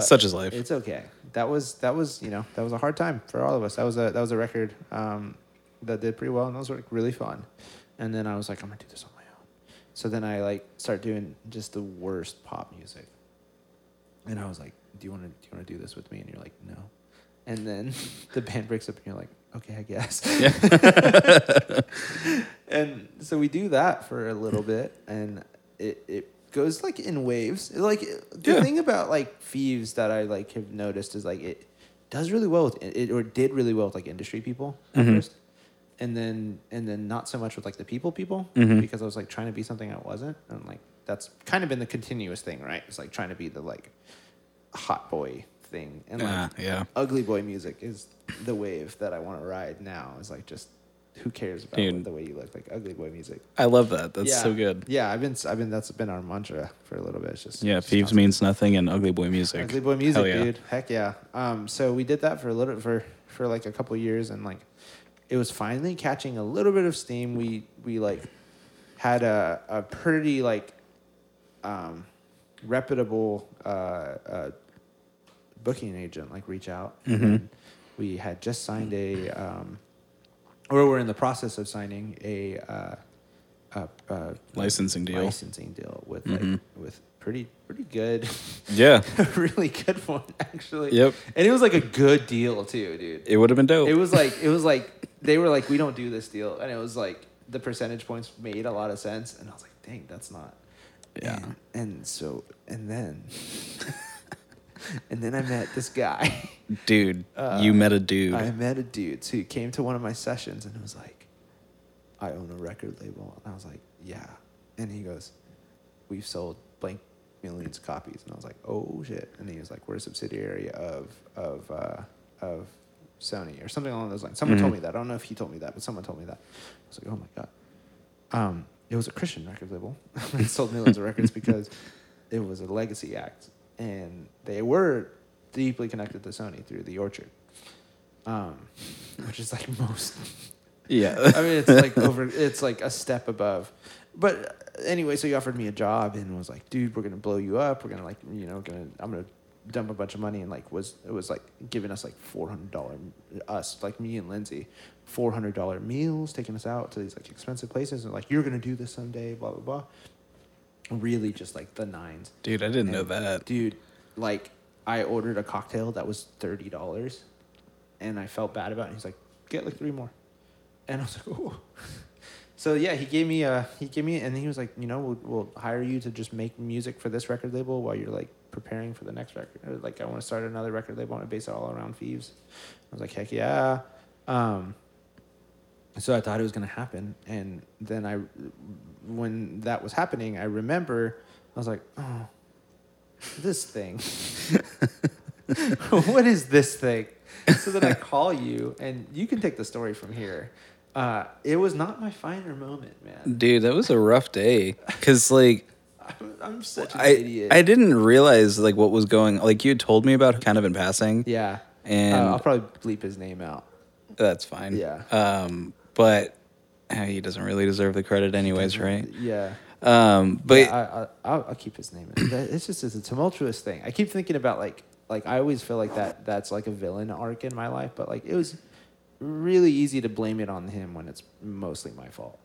Speaker 2: Such is life.
Speaker 3: It's okay. That was that was you know that was a hard time for all of us. That was a that was a record um, that did pretty well, and those were like, really fun. And then I was like, I'm gonna do this on my own. So then I like start doing just the worst pop music. And I was like, Do you want to do you want to do this with me? And you're like, No. And then [LAUGHS] the band breaks up, and you're like, Okay, I guess. [LAUGHS] and so we do that for a little bit, and it it goes like in waves. Like the
Speaker 2: Yeah.
Speaker 3: thing about like Thieves that I like have noticed is like it does really well with it or did really well with like industry people at
Speaker 2: Mm-hmm.
Speaker 3: first. And then and then not so much with like the people people
Speaker 2: Mm-hmm.
Speaker 3: because I was like trying to be something I wasn't and like that's kind of been the continuous thing, right? It's like trying to be the like hot boy thing and like
Speaker 2: Ah, [LAUGHS] yeah.
Speaker 3: ugly boy music is the wave that I want to ride now. Is like just who cares about
Speaker 2: Dude.
Speaker 3: the way you look like ugly boy music.
Speaker 2: I love that. That's
Speaker 3: yeah.
Speaker 2: so good.
Speaker 3: Yeah, I've been I've been that's been our mantra for a little bit. It's just
Speaker 2: Yeah,
Speaker 3: just
Speaker 2: thieves means nothing and ugly boy music.
Speaker 3: Ugly boy music,
Speaker 2: Hell yeah.
Speaker 3: dude. Heck yeah. Um, so we did that for a little for for like a couple years, and like it was finally catching a little bit of steam. We we like had a a pretty like um, reputable uh, uh, booking agent like reach out.
Speaker 2: Mm-hmm.
Speaker 3: And we had just signed a um, or we're in the process of signing a. Uh, a, a
Speaker 2: Licensing deal. Mm-hmm.
Speaker 3: licensing deal with like, with pretty pretty good [LAUGHS]
Speaker 2: Yeah.
Speaker 3: a [LAUGHS] really good one actually.
Speaker 2: Yep.
Speaker 3: And it was like a good deal too, dude.
Speaker 2: It would have been dope.
Speaker 3: It was like it was like they were like we don't do this deal, and it was like the percentage points made a lot of sense, and I was like, dang, that's not.
Speaker 2: Yeah.
Speaker 3: And, and so and then. [LAUGHS] And then I met this guy.
Speaker 2: dude, you met a dude.
Speaker 3: Uh, I met a dude who came to one of my sessions and was like, I own a record label. And I was like, yeah. And he goes, we've sold blank millions of copies. And I was like, oh shit. And he was like, we're a subsidiary of, of, uh, of Sony or something along those lines. Someone told me that. I don't know if he told me that, but someone told me that. I was like, oh my God. Um, it was a Christian record label. [LAUGHS] it sold millions of records because it was a legacy act. And they were deeply connected to Sony through The Orchard, um, which is like [LAUGHS] most
Speaker 2: yeah.
Speaker 3: [LAUGHS] I mean, it's like over. It's like a step above. But anyway, so he offered me a job and was like, "Dude, we're gonna blow you up. We're gonna like, you know, gonna I'm gonna dump a bunch of money and like was it was like giving us like four hundred dollar us like me and Lindsay, four hundred dollar meals, taking us out to these like expensive places and like you're gonna do this someday, blah blah blah. Really, just like the nines.
Speaker 2: Dude, I didn't know
Speaker 3: And,
Speaker 2: that.
Speaker 3: Dude, like I ordered a cocktail that was thirty dollars and I felt bad about it. He's like, get like three more. And I was like, oh. [LAUGHS] So yeah, he gave me a he gave me and he was like, you know, we'll, we'll hire you to just make music for this record label while you're like preparing for the next record. Or, like I want to start another record label. I want to base it all around thieves. I was like, heck yeah. Um, so I thought it was going to happen. And then I, when that was happening, I remember I was like, oh, this thing. [LAUGHS] what is this thing? So then
Speaker 2: [LAUGHS]
Speaker 3: I call you, and you can take the story from here. Uh, it was not my finer moment, man.
Speaker 2: Dude, that was a rough day. Cause like
Speaker 3: I'm, I'm such an
Speaker 2: I
Speaker 3: idiot.
Speaker 2: I didn't realize like what was going like you had told me about kind of in passing.
Speaker 3: yeah.
Speaker 2: And-
Speaker 3: Uh, I'll probably bleep his name out.
Speaker 2: That's fine.
Speaker 3: Yeah.
Speaker 2: Um, but eh, he doesn't really deserve the credit anyways, right?
Speaker 3: Yeah.
Speaker 2: Um, but
Speaker 3: Yeah, I, I, I'll, I'll keep his name. in. That- It's just it's a tumultuous thing. I keep thinking about like like I always feel like that that's like a villain arc in my life, but like it was really easy to blame it on him when it's mostly my fault.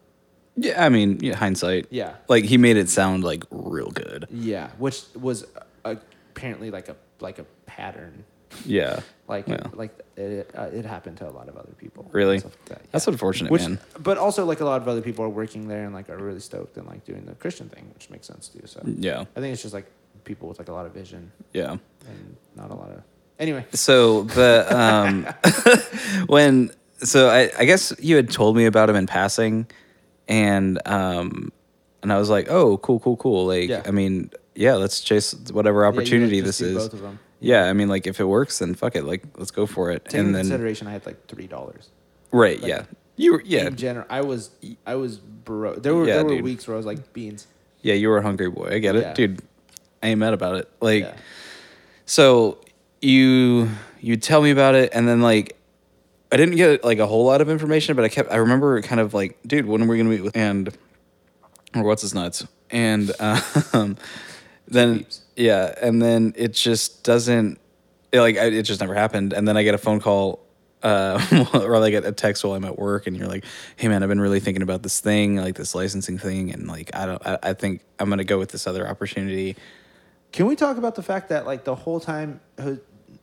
Speaker 2: yeah, I mean, yeah, hindsight.
Speaker 3: Yeah.
Speaker 2: Like he made it sound like real good.
Speaker 3: Yeah, which was uh, apparently like a like a pattern.
Speaker 2: Yeah.
Speaker 3: Like
Speaker 2: Yeah.
Speaker 3: like it, uh, it happened to a lot of other people. and
Speaker 2: Really?
Speaker 3: stuff like that,
Speaker 2: That's
Speaker 3: yeah.
Speaker 2: unfortunate,
Speaker 3: which,
Speaker 2: man.
Speaker 3: But also like a lot of other people are working there and like are really stoked and like doing the Christian thing, which
Speaker 2: Mm.
Speaker 3: makes sense too. So
Speaker 2: Yeah.
Speaker 3: I think it's just like people with like a lot of vision
Speaker 2: Yeah.
Speaker 3: and not a lot of Anyway,
Speaker 2: So the um, [LAUGHS] when so I, I guess you had told me about him in passing, and um, and I was like, oh, cool, cool, cool. Like,
Speaker 3: Yeah.
Speaker 2: I mean, yeah, let's chase whatever opportunity
Speaker 3: just
Speaker 2: this
Speaker 3: do
Speaker 2: is.
Speaker 3: both of 'em.
Speaker 2: Yeah, I mean, like if it works, then fuck it, like let's go for it.
Speaker 3: taking
Speaker 2: and
Speaker 3: into
Speaker 2: then
Speaker 3: consideration, I had like three dollars.
Speaker 2: right, yeah, you were yeah
Speaker 3: In general, I was I was bro. There were
Speaker 2: Yeah,
Speaker 3: there were
Speaker 2: dude.
Speaker 3: weeks where I was like beans.
Speaker 2: yeah you were a hungry boy. I get it,
Speaker 3: Yeah.
Speaker 2: dude. I ain't mad about it. Like.
Speaker 3: Yeah.
Speaker 2: so you you tell me about it and then like i didn't get like a whole lot of information but i kept i remember kind of like dude when are we gonna meet with and or what's his nuts and [LAUGHS] um then yeah and then it just doesn't it, like I, it just never happened and then i get a phone call uh, [LAUGHS] or like a a text while I'm at work, and you're like, "Hey man, I've been really thinking about this thing, like this licensing thing, and like I don't, I, I think I'm gonna go with this other opportunity, [LAUGHS]
Speaker 3: Can we talk about the fact that like the whole time uh,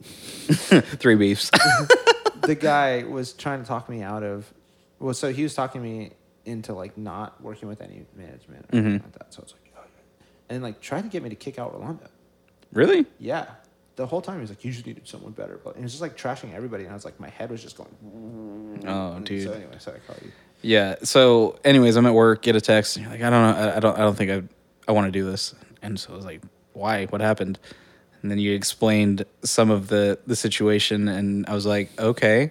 Speaker 2: three beefs." [LAUGHS]
Speaker 3: the guy was trying to talk me out of well so he was talking me into like not working with any management or
Speaker 2: Mm-hmm.
Speaker 3: anything like that so it's like oh, yeah. and like tried to get me to kick out rolando
Speaker 2: really?
Speaker 3: yeah the whole time he was like you just needed someone better but and it was just like trashing everybody and i was like my head was just going "Mm."
Speaker 2: Oh, dude.
Speaker 3: so anyway so i call you
Speaker 2: Yeah. So, anyways, I'm at work, get a text, and you're like, I don't know, I, I don't, I don't think I, I want to do this. And so I was like, why? What happened? And then you explained some of the the situation, and I was like, okay,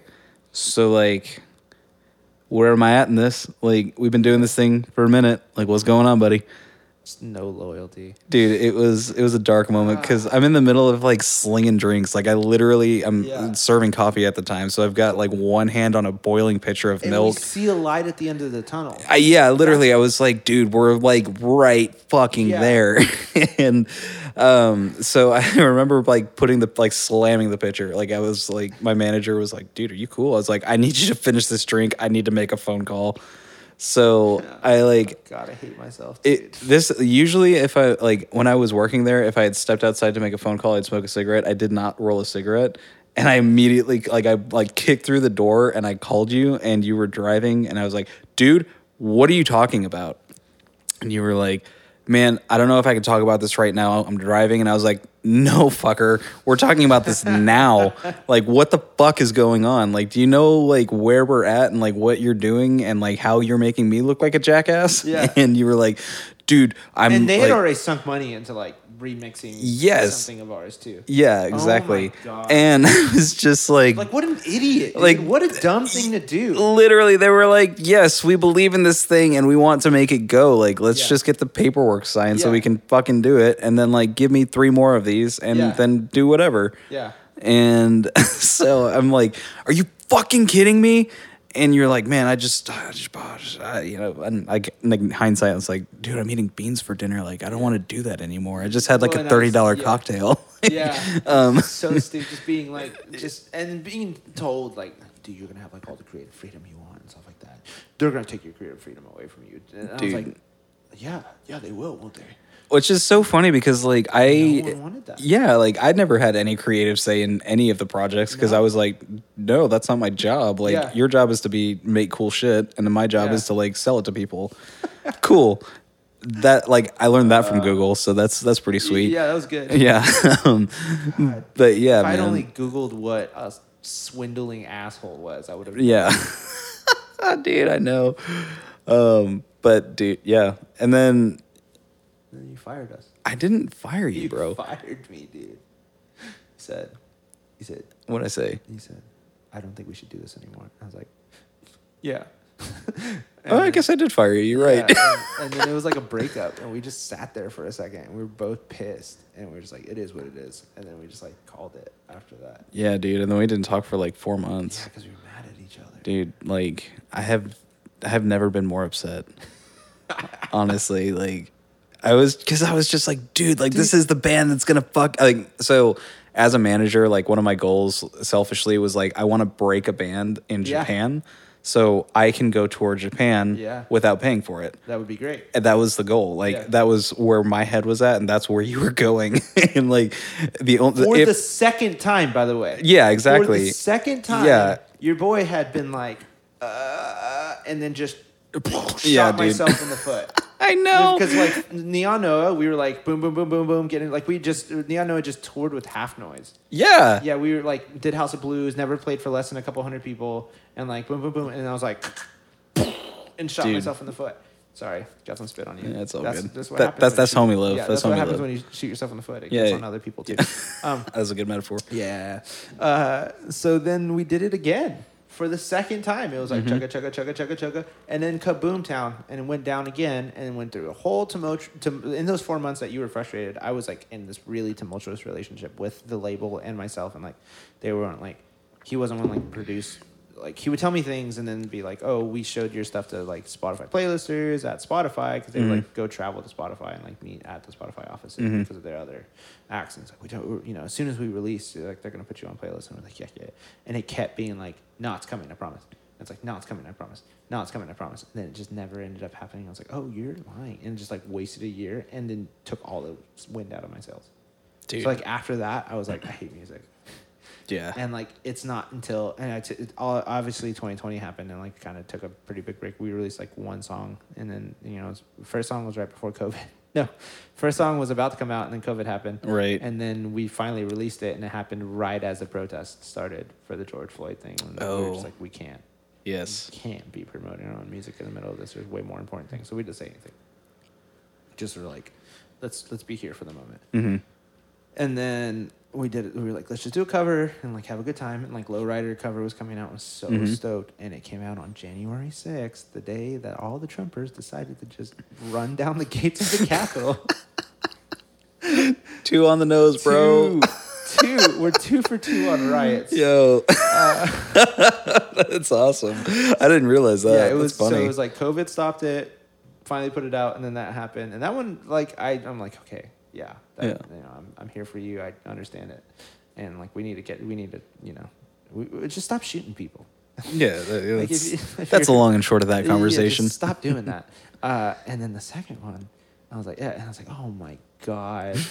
Speaker 2: so like, where am I at in this? Like, we've been doing this thing for a minute. Like, what's going on, buddy?
Speaker 3: It's no loyalty
Speaker 2: Dude, it was it was a dark
Speaker 3: Ah.
Speaker 2: moment because I'm in the middle of like slinging drinks. Like I literally, I'm
Speaker 3: Yeah.
Speaker 2: serving coffee at the time, so I've got like one hand on a boiling pitcher of
Speaker 3: and we
Speaker 2: milk.
Speaker 3: see a light at the end of the tunnel
Speaker 2: I, yeah, literally, I was like, dude, we're like right fucking
Speaker 3: Yeah.
Speaker 2: there, [LAUGHS] and um, so [LAUGHS] I remember like putting the like slamming the pitcher. Like I was like, my manager was like, dude, are you cool? I was like, I need you to finish this drink. I need to make a phone call. So I like
Speaker 3: god i hate myself
Speaker 2: it.
Speaker 3: dude.
Speaker 2: This usually, if I like when I was working there, if I had stepped outside to make a phone call, I'd smoke a cigarette. I did not roll a cigarette. And I immediately like I like kicked through the door and I called you and you were driving and I was like, dude, what are you talking about? and you were like, "Man, I don't know if I can talk about this right now. I'm driving." And I was like, "No, fucker, we're talking about this now. Like, what the fuck is going on? Like, do you know like where we're at and like what you're doing and like how you're making me look like a jackass?"
Speaker 3: Yeah.
Speaker 2: [LAUGHS] And you were like, "Dude, I'm."
Speaker 3: and they had
Speaker 2: like-
Speaker 3: already sunk money into like remixing
Speaker 2: Yes.
Speaker 3: something of ours too
Speaker 2: Yeah, exactly.
Speaker 3: Oh God.
Speaker 2: and [LAUGHS] I was just like,
Speaker 3: like what an idiot dude.
Speaker 2: Like,
Speaker 3: what a dumb thing to do
Speaker 2: literally they were like yes we believe in this thing and we want to make it go like let's
Speaker 3: Yeah.
Speaker 2: just get the paperwork signed so
Speaker 3: Yeah.
Speaker 2: we can fucking do it and then like give me three more of these and
Speaker 3: Yeah.
Speaker 2: then do whatever [LAUGHS]
Speaker 3: Yeah.
Speaker 2: and so i'm like are you fucking kidding me and you're like, man, I just, I just, I just- I- you know, and I, get- like, in hindsight, I was like, dude, I'm eating beans for dinner. Like, I don't want to do that anymore. I just had like
Speaker 3: Well,
Speaker 2: a
Speaker 3: and I
Speaker 2: thirty
Speaker 3: was-
Speaker 2: dollar
Speaker 3: yeah.
Speaker 2: cocktail. [LAUGHS]
Speaker 3: Yeah.
Speaker 2: Um,
Speaker 3: so stupid. Just being
Speaker 2: [LAUGHS]
Speaker 3: like, just, and being told, like, dude, you're going to have, like, all the creative freedom you want and stuff like that. They're going to take your creative freedom away from you. And I was
Speaker 2: Dude.
Speaker 3: like, yeah, yeah, they will, won't they?
Speaker 2: Which is so funny because like I
Speaker 3: No one wanted that.
Speaker 2: Yeah, like I'd never had any creative say in any of the projects because I was like, no, that's not my job. Like
Speaker 3: Yeah.
Speaker 2: your job is to be make cool shit and then my job
Speaker 3: Yeah.
Speaker 2: is to like sell it to people. cool. That like I learned that from Google, so that's that's pretty sweet.
Speaker 3: Uh, Yeah, that was good.
Speaker 2: Yeah. [LAUGHS] Um, but yeah,
Speaker 3: if I'd
Speaker 2: man.
Speaker 3: only Googled what a swindling asshole was, I would have.
Speaker 2: Yeah. [LAUGHS] dude, I know. Um, but dude, yeah. And then
Speaker 3: Then you fired us.
Speaker 2: I didn't fire
Speaker 3: [LAUGHS]
Speaker 2: you, bro.
Speaker 3: fired me, dude. He said, he said,
Speaker 2: What'd I say?
Speaker 3: he said, I don't think we should do this anymore. I was like, yeah. [LAUGHS]
Speaker 2: Oh, I guess I did fire you. You're right.
Speaker 3: Yeah, and, and then it was like a breakup, and we just sat there for a second. And we were both pissed, and we are just like, "It is what it is." And then we just like called it after that.
Speaker 2: Yeah, dude, and then we didn't talk for like four months.
Speaker 3: Yeah, because we were mad at each other.
Speaker 2: Dude, like I have I have never been
Speaker 3: [LAUGHS]
Speaker 2: more upset. Honestly, like I was cuz I was just like, dude, like this is the band that's going to fuck like so as a manager, like one of my goals selfishly was like I want to break a band in
Speaker 3: Yeah.
Speaker 2: Japan so I can go tour Japan
Speaker 3: Yeah.
Speaker 2: without paying for it.
Speaker 3: That would be great.
Speaker 2: And that was the goal. Like
Speaker 3: Yeah.
Speaker 2: that was where my head was at and that's where you were [LAUGHS] going. and like the only
Speaker 3: For
Speaker 2: if-
Speaker 3: the second time, by the way.
Speaker 2: Yeah,
Speaker 3: For
Speaker 2: exactly.
Speaker 3: the second time,
Speaker 2: Yeah.
Speaker 3: your boy had been like, uh, and then just shot
Speaker 2: Yeah, dude. [LAUGHS]
Speaker 3: myself in the foot.
Speaker 2: I know.
Speaker 3: Because like Neon Noah, we were like boom, boom, boom, boom, boom, getting like we just Neon Noah just toured with Half Noise.
Speaker 2: yeah.
Speaker 3: Yeah, we were like did House of Blues, never played for less than a couple hundred people, and like boom, boom, boom, and I was like, [SNIFFS] and shot
Speaker 2: Dude.
Speaker 3: myself in the foot. Sorry, got some spit on you.
Speaker 2: Yeah, it's all
Speaker 3: that's,
Speaker 2: good.
Speaker 3: That's what
Speaker 2: That-
Speaker 3: happens.
Speaker 2: that's-
Speaker 3: when
Speaker 2: that's
Speaker 3: you-
Speaker 2: homie love.
Speaker 3: Yeah,
Speaker 2: That's
Speaker 3: that's, what
Speaker 2: homie
Speaker 3: happens
Speaker 2: love.
Speaker 3: when you shoot yourself in the foot. It
Speaker 2: Yeah.
Speaker 3: gets on other people too. um,
Speaker 2: That was a good metaphor.
Speaker 3: yeah. Uh, so then we did it again for the second time. It was like chugga chugga chugga chugga chugga, and then kaboom town, and it went down again, and went through a whole tumult. Tum- in those four months that you were frustrated, I was like in this really tumultuous relationship with the label and myself, and like they weren't like he wasn't one like produce. Like he would tell me things and then be like, "Oh, we showed your stuff to like Spotify playlisters at Spotify because they would like go travel to Spotify and like meet at the Spotify offices because of their other acts." And it's like we don't, you know, as soon as we release, they're like they're gonna put you on playlist, and we're like, "Yeah, yeah." And it kept being like, "No, it's coming, I promise." And it's like, "No, it's coming, I promise." No, it's coming, I promise. And then it just never ended up happening. I was like, "Oh, you're lying," and just like wasted a year, and then took all the wind out of my sails.
Speaker 2: Dude.
Speaker 3: So like after that, I was like, "I hate music."
Speaker 2: yeah.
Speaker 3: and like it's not until and it's, it, all, obviously 2020 happened and like kind of took a pretty big break we released like one song and then you know it's- first song was right before covid [LAUGHS] no first song was about to come out and then covid happened
Speaker 2: Right.
Speaker 3: and then we finally released it and it happened right as the protest started for the george floyd thing and we
Speaker 2: Oh.
Speaker 3: were just like we can't
Speaker 2: yes.
Speaker 3: can't be promoting our own music in the middle of this there's way more important things so we didn't say anything just were like let's let's be here for the moment
Speaker 2: Mm-hmm.
Speaker 3: and then we did it. We were like, let's just do a cover and like have a good time. And like Lowrider cover was coming out. I was so
Speaker 2: Mhm.
Speaker 3: stoked. And it came out on January 6th, the day that all the Trumpers decided to just run down the gates
Speaker 2: [LAUGHS]
Speaker 3: of the Capitol.
Speaker 2: Two on the nose, bro.
Speaker 3: Two, two. We're two for two on riots. Uh,
Speaker 2: Yo. [LAUGHS] That's awesome. I didn't realize that.
Speaker 3: yeah, it was
Speaker 2: That's funny.
Speaker 3: so it was like COVID stopped it, finally put it out, and then that happened. And that one, like I, I'm like, okay, yeah, that,
Speaker 2: Yeah.
Speaker 3: You know, I'm, I'm here for you. I understand it, and like we need to get, we need to, you know, we, we just stop shooting people.
Speaker 2: yeah, that-
Speaker 3: Like,
Speaker 2: that's,
Speaker 3: if you- [LAUGHS] if
Speaker 2: that's the
Speaker 3: you're-
Speaker 2: long and short of that
Speaker 3: Yeah, yeah, just
Speaker 2: conversation.
Speaker 3: stop doing that. [LAUGHS] Uh, and then the second one, I was like, yeah, and I was like, oh my god. [LAUGHS] so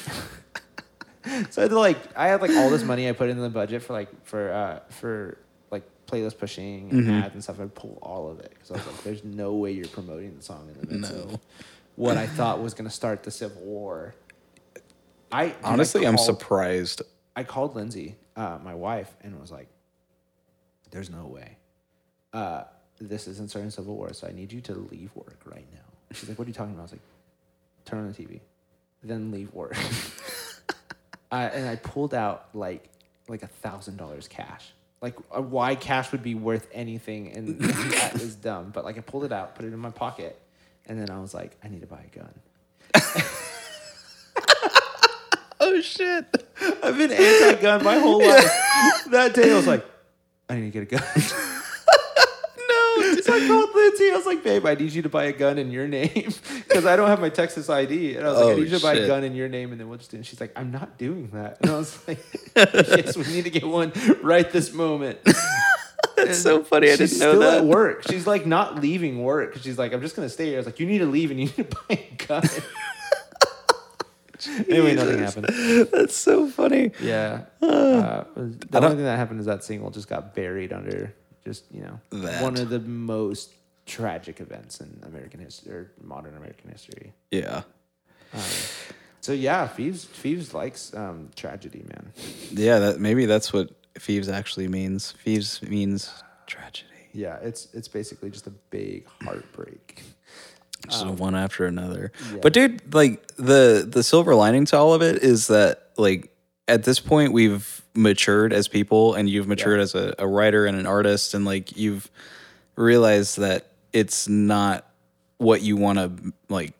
Speaker 3: I had to, like, I had like all this money I put into the budget for like for uh, for like playlist pushing and
Speaker 2: Mhm.
Speaker 3: ads and stuff. I pulled all of it because I was like, there's no way you're promoting the song in the midst of what I thought was gonna start the civil war. I dude, I
Speaker 2: Honestly, I'm
Speaker 3: called-
Speaker 2: surprised.
Speaker 3: I called Lindsay, uh, my wife, and was like, "There's no way. Uh, this isn't starting civil war, so I need you to leave work right now." She's like, "What are you talking about?" I was like, "Turn on the TV, then leave work." [LAUGHS] I, and I pulled out like like a thousand dollars cash. Like uh, why cash would be worth anything, and [LAUGHS] that is dumb. But like I pulled it out, put it in my pocket, and then I was like, "I need to buy a gun."
Speaker 2: Oh shit.
Speaker 3: I've been anti-gun my whole life.
Speaker 2: [LAUGHS]
Speaker 3: that day I was like, I need to get a gun.
Speaker 2: No.
Speaker 3: So I called Lindsay. I was like, babe, I need you to buy a gun in your name [LAUGHS] because I don't have my Texas ID. And I was like, I
Speaker 2: Oh,
Speaker 3: need you to buy a
Speaker 2: shit.
Speaker 3: gun in your name. And then we'll just do it. And she's like, I'm not doing that. And I
Speaker 2: [LAUGHS]
Speaker 3: was like, yes, we need to get one right this
Speaker 2: [LAUGHS]
Speaker 3: moment.
Speaker 2: That's so funny. I
Speaker 3: she's
Speaker 2: didn't know
Speaker 3: still
Speaker 2: that.
Speaker 3: at work. She's like not leaving work. 'cause She's like, I'm just going to stay here. I was like, you need to leave and you need to [LAUGHS] buy a
Speaker 2: [LAUGHS]
Speaker 3: gun. anyway, nothing
Speaker 2: Jesus.
Speaker 3: happened.
Speaker 2: That's so funny. [SIGHS]
Speaker 3: Yeah. Uh, the
Speaker 2: I don't-
Speaker 3: only thing that happened is that single just got buried under just you know
Speaker 2: That.
Speaker 3: one of the most tragic events in American history or modern American history.
Speaker 2: Yeah.
Speaker 3: So yeah, Phoebes Phoebes likes um, tragedy, man.
Speaker 2: Yeah, that maybe that's what Phoebes actually means. Phoebes means tragedy.
Speaker 3: Yeah, it's it's basically just a big heartbreak.
Speaker 2: Just one after another.
Speaker 3: Oh. yeah.
Speaker 2: But dude, like the the silver lining to all of it is that like at this point we've matured as people and you've matured as a, a writer and an artist and like you've realized that it's not what you want to like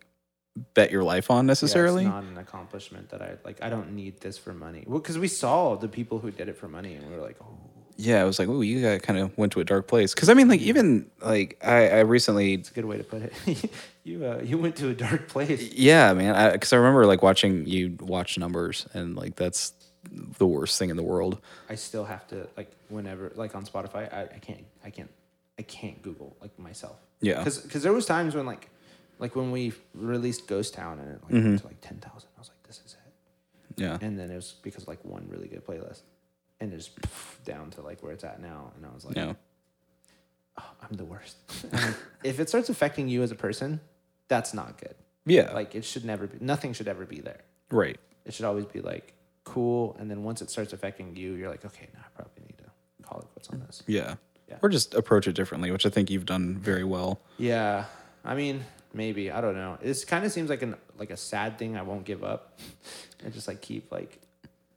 Speaker 2: bet your life on
Speaker 3: Yeah,
Speaker 2: necessarily.
Speaker 3: it's not an accomplishment that I like. I don't need this for money. Well, because we saw the people who did it for money, and we were like, oh,
Speaker 2: yeah, I was like, oh, you got kind of went to a dark place. Because I mean, like even like I, I recently
Speaker 3: it's a good way to put it. [LAUGHS] you uh, you went to a dark place.
Speaker 2: Yeah, man. Because I, remember like watching you watch numbers, and like that's the worst thing in the world.
Speaker 3: I still have to like whenever like on Spotify, I, I can't I can't I can't Google like myself.
Speaker 2: Yeah.
Speaker 3: Because there was times when like like when we released Ghost Town and it like
Speaker 2: Mm-hmm.
Speaker 3: went to like ten thousand, I was like, this is it.
Speaker 2: Yeah,
Speaker 3: And then it was because of, like one really good playlist, and it's poof, down to like where it's at now, and I was like,
Speaker 2: yeah,
Speaker 3: [LAUGHS] oh, I'm the worst. And, like, if it starts affecting you as a person, that's not good.
Speaker 2: Yeah.
Speaker 3: Like it should never be. Nothing should ever be there.
Speaker 2: right.
Speaker 3: It should always be like cool. And then once it starts affecting you, you're like, okay, now I probably need to call it quits
Speaker 2: Mm.
Speaker 3: on this.
Speaker 2: Yeah.
Speaker 3: Yeah.
Speaker 2: Or just approach it differently, which I think you've done very well.
Speaker 3: Yeah, I mean, maybe I don't know. This kind of seems like an like a sad thing. I won't give up. [LAUGHS] I just like keep like,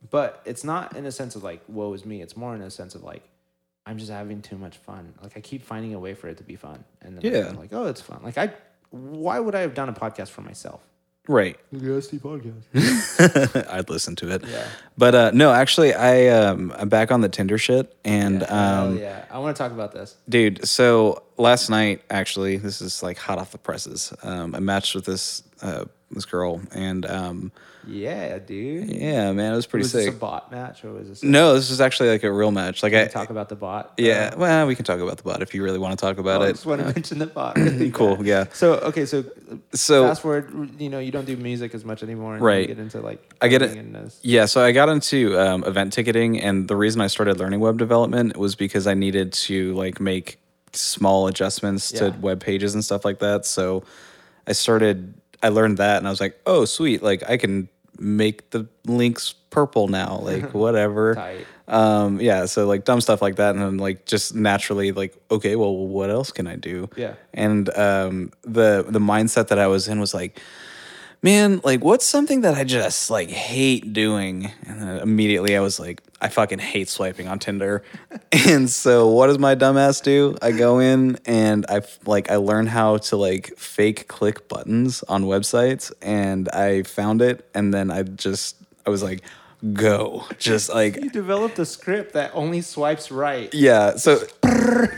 Speaker 3: but it's not in a sense of like woe is me. It's more in a sense of like I'm just having too much fun. Like I keep finding a way for it to be fun, and then
Speaker 2: Yeah.
Speaker 3: I'm like oh, it's fun. Like I, why would I have done a podcast for myself?
Speaker 2: Right.
Speaker 3: The ST podcast.
Speaker 2: [LAUGHS] I'd listen to it. Yeah. But uh, no, actually, I um, I'm back on the Tinder shit, and [LAUGHS] um,
Speaker 3: oh yeah, I want to talk about this.
Speaker 2: dude. So last night, actually, this is like hot off the presses. Um, I matched with this uh, this girl, and um,
Speaker 3: Yeah, dude.
Speaker 2: yeah, man, it was pretty
Speaker 3: Was this
Speaker 2: sick.
Speaker 3: a bot match or was this? A,
Speaker 2: no, this was actually like a real match. Like I,
Speaker 3: talk about the bot.
Speaker 2: yeah. Well, we can talk about the bot if you really want to talk about
Speaker 3: Uh, I
Speaker 2: it.
Speaker 3: just
Speaker 2: [LAUGHS]
Speaker 3: want to mention the bot.
Speaker 2: [CLEARS THROAT] cool. Yeah.
Speaker 3: So okay, so
Speaker 2: So-
Speaker 3: fast forward. You know, you don't do music as much anymore. And
Speaker 2: Right.
Speaker 3: You get into like
Speaker 2: I get it.
Speaker 3: coding and this.
Speaker 2: Yeah, so I got into um, event ticketing, and the reason I started learning web development was because I needed to like make small adjustments
Speaker 3: Yeah.
Speaker 2: to web pages and stuff like that. So I started. I learned that, and I was like, "Oh, sweet! Like I can make the links purple now.
Speaker 3: [LAUGHS]
Speaker 2: Like whatever."
Speaker 3: Tight.
Speaker 2: Um, yeah, so like dumb stuff like that, and then like just naturally like, okay, well, what else can I do?
Speaker 3: Yeah.
Speaker 2: And um, the the mindset that I was in was like, man, like what's something that I just like hate doing? And then immediately I was like, I fucking hate swiping on Tinder. [LAUGHS] and so what does my dumbass do? I go in and I f- like I learn how to like fake click buttons on websites and I found it and then I just I was like go just like
Speaker 3: You developed a script that only swipes right.
Speaker 2: yeah so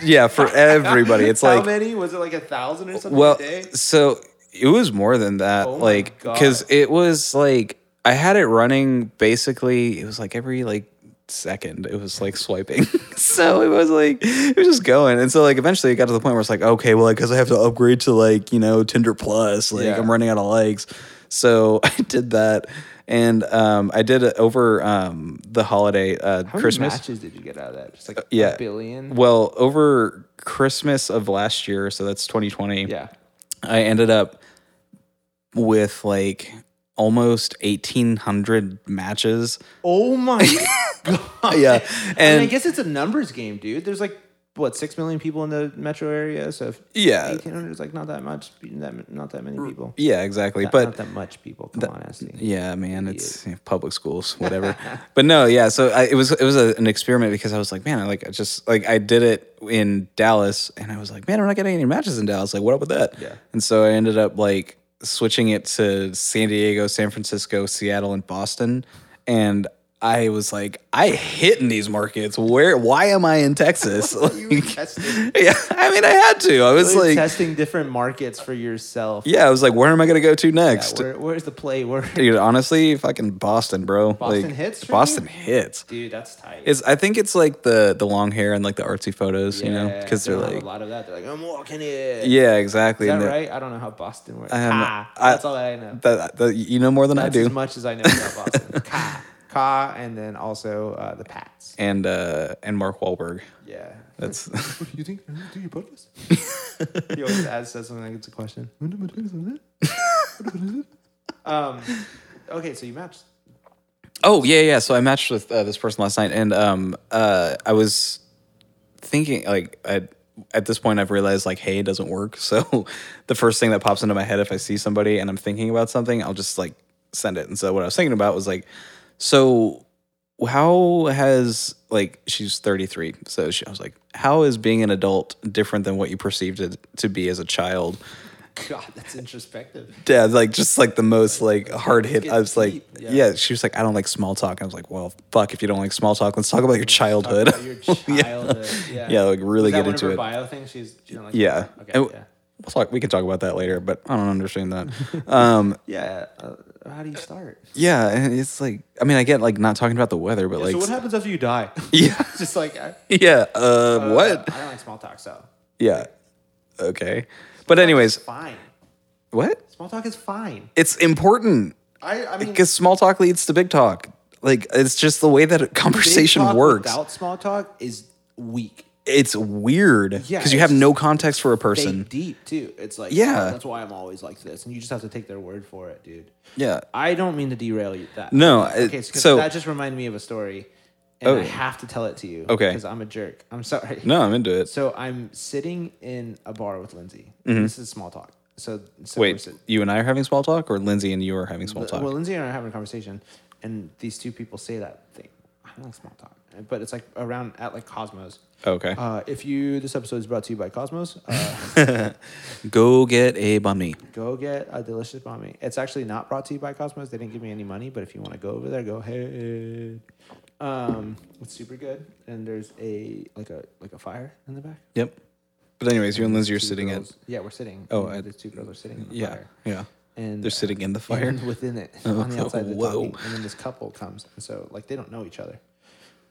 Speaker 2: yeah
Speaker 3: [LAUGHS]
Speaker 2: for everybody it's
Speaker 3: How
Speaker 2: like
Speaker 3: many was it? Like a thousand or something
Speaker 2: well
Speaker 3: a day?
Speaker 2: so it was more than that
Speaker 3: Oh my
Speaker 2: like
Speaker 3: God.
Speaker 2: because it was like i had it running basically it was like every like second it was like swiping [LAUGHS] so it was like it was just going and so like eventually it got to the point where it's like okay well like because i have to upgrade to like you know tinder plus like
Speaker 3: Yeah.
Speaker 2: i'm running out of likes so [LAUGHS] i did that and um i did it over um the holiday uh
Speaker 3: How many
Speaker 2: christmas Uh,
Speaker 3: matches did you get out of that? Just like
Speaker 2: yeah.
Speaker 3: a billion.
Speaker 2: well over christmas of last year so that's 2020
Speaker 3: yeah.
Speaker 2: I ended up with like almost 1800 matches.
Speaker 3: Oh
Speaker 2: [LAUGHS]
Speaker 3: my god.
Speaker 2: Yeah.
Speaker 3: I, mean, I
Speaker 2: And
Speaker 3: guess it's a numbers game, dude. There's like what six million people in the metro area, so if
Speaker 2: yeah.
Speaker 3: eighteen hundred is like not that much, that not that many people.
Speaker 2: Uh, Yeah, exactly.
Speaker 3: Not, not
Speaker 2: But
Speaker 3: that much people. Come on,
Speaker 2: [LAUGHS]
Speaker 3: Esty.
Speaker 2: yeah, man, it's yeah, public schools, whatever. [LAUGHS] but no, yeah, so I, it was it was a, an experiment because I was like, man, I like I just like I did it in Dallas and I was like, man, I'm not getting any matches in Dallas. Like what up with that?
Speaker 3: Yeah.
Speaker 2: And so I ended up like switching it to San Diego, San Francisco, Seattle, and Boston. And I was like, I hit in these markets. Where? Why am I in Texas? Like, [LAUGHS]
Speaker 3: testing.
Speaker 2: yeah, I mean, I had to. I was
Speaker 3: You're
Speaker 2: like,
Speaker 3: testing different markets for yourself.
Speaker 2: yeah, I was like, where am I gonna go to
Speaker 3: Yeah,
Speaker 2: next?
Speaker 3: where, where's the play? Where,
Speaker 2: Dude, honestly, fucking Boston, bro.
Speaker 3: Boston
Speaker 2: like,
Speaker 3: hits for
Speaker 2: Boston
Speaker 3: you?
Speaker 2: hits.
Speaker 3: dude, that's tight.
Speaker 2: It's. I think it's like the the long hair and like the artsy photos, you know,
Speaker 3: Yeah,
Speaker 2: because
Speaker 3: they
Speaker 2: they're
Speaker 3: don't have
Speaker 2: like,
Speaker 3: a lot of that. They're like, I'm walking it.
Speaker 2: yeah,
Speaker 3: is
Speaker 2: exactly.
Speaker 3: that
Speaker 2: and they're-
Speaker 3: right? I don't know how Boston works.
Speaker 2: have no-
Speaker 3: Ka.
Speaker 2: [LAUGHS] I-
Speaker 3: that's all that I know.
Speaker 2: That, that- you know more than
Speaker 3: that's
Speaker 2: I do.
Speaker 3: as much as I know about
Speaker 2: [LAUGHS]
Speaker 3: Boston. Ka, Ka, and then also uh, the Pats.
Speaker 2: and uh and Mark Wahlberg.
Speaker 3: Yeah. [LAUGHS]
Speaker 2: That's
Speaker 3: What do you think? uh, Do your podcast? he always asks, says something like it's a question. um, okay, so you matched.
Speaker 2: oh yeah yeah. So I matched with uh, this person last night, and um uh I was thinking like I. At this point, I've realized like, hey, it doesn't work. [LAUGHS] So, the first thing that pops into my head if I see somebody and I'm thinking about something, I'll just like send it. And so, what I was thinking about was like, so how has like she's 33 so she, i was like how is being an adult different than what you perceived it to be as a child
Speaker 3: God, that's
Speaker 2: [LAUGHS]
Speaker 3: introspective.
Speaker 2: yeah like just like the most like hard hit i was like
Speaker 3: deep,
Speaker 2: yeah.
Speaker 3: yeah.
Speaker 2: she was like i don't like small talk i was like well fuck if you don't like small talk let's talk about your childhood
Speaker 3: About your childhood. Yeah.
Speaker 2: [LAUGHS] yeah like really
Speaker 3: Is that
Speaker 2: get
Speaker 3: one
Speaker 2: into
Speaker 3: of her
Speaker 2: it
Speaker 3: bio thing? She's she don't like
Speaker 2: yeah
Speaker 3: Okay.
Speaker 2: And
Speaker 3: yeah.
Speaker 2: we'll talk we can talk about that later but i don't understand that [LAUGHS] um
Speaker 3: Yeah. Uh, how do you start?
Speaker 2: yeah and it's like i mean i get like not talking about the weather but like
Speaker 3: so what happens after you die?
Speaker 2: [LAUGHS] yeah
Speaker 3: [LAUGHS] Just like I,
Speaker 2: yeah uh,
Speaker 3: uh,
Speaker 2: what
Speaker 3: I don't like small talk, so
Speaker 2: yeah okay but anyways
Speaker 3: it's fine.
Speaker 2: what
Speaker 3: Small talk is fine.
Speaker 2: it's important
Speaker 3: I I mean,
Speaker 2: because small talk leads to big talk like it's just the way that a
Speaker 3: big
Speaker 2: conversation
Speaker 3: talk
Speaker 2: works
Speaker 3: Without small talk is weak.
Speaker 2: it's weird because
Speaker 3: Yeah,
Speaker 2: you have
Speaker 3: it's
Speaker 2: no context for a
Speaker 3: They
Speaker 2: person.
Speaker 3: deep too. It's like
Speaker 2: Yeah.
Speaker 3: oh, that's why I'm always like this, and you just have to take their word for it, dude.
Speaker 2: Yeah.
Speaker 3: I don't mean to derail you. That
Speaker 2: No, it-
Speaker 3: okay, so
Speaker 2: so-
Speaker 3: that just reminded me of a story, and
Speaker 2: Oh.
Speaker 3: I have to tell it to you.
Speaker 2: Okay.
Speaker 3: because I'm a jerk. I'm sorry.
Speaker 2: No, I'm into it.
Speaker 3: So I'm sitting in a bar with Lindsay. This is small talk. So, so we're
Speaker 2: Mm-hmm. Wait,
Speaker 3: sit-
Speaker 2: you and I are having small talk, or Lindsay and you are having small talk?
Speaker 3: well, Lindsay and I are having a conversation, and these two people say that thing. I don't like small talk, but it's like around at like Cosmos.
Speaker 2: okay.
Speaker 3: Uh, if you, this episode is brought to you by Cosmos.
Speaker 2: [LAUGHS]
Speaker 3: Uh,
Speaker 2: Go get a bummy.
Speaker 3: go get a delicious mommy. It's actually not brought to you by Cosmos. They didn't give me any money, but if you want to go over there, go ahead. Um, it's super good, and there's a like a like a fire in the back.
Speaker 2: Yep. But anyways, you and Lindsay are
Speaker 3: Two
Speaker 2: sitting
Speaker 3: girls,
Speaker 2: at
Speaker 3: yeah, we're sitting.
Speaker 2: Oh,
Speaker 3: and
Speaker 2: I-
Speaker 3: the two girls are sitting in the
Speaker 2: yeah
Speaker 3: fire.
Speaker 2: yeah.
Speaker 3: And
Speaker 2: They're sitting in the fire.
Speaker 3: and within
Speaker 2: [LAUGHS]
Speaker 3: it on the outside. They're
Speaker 2: Whoa.
Speaker 3: talking, and then this couple comes, and so like they don't know each other,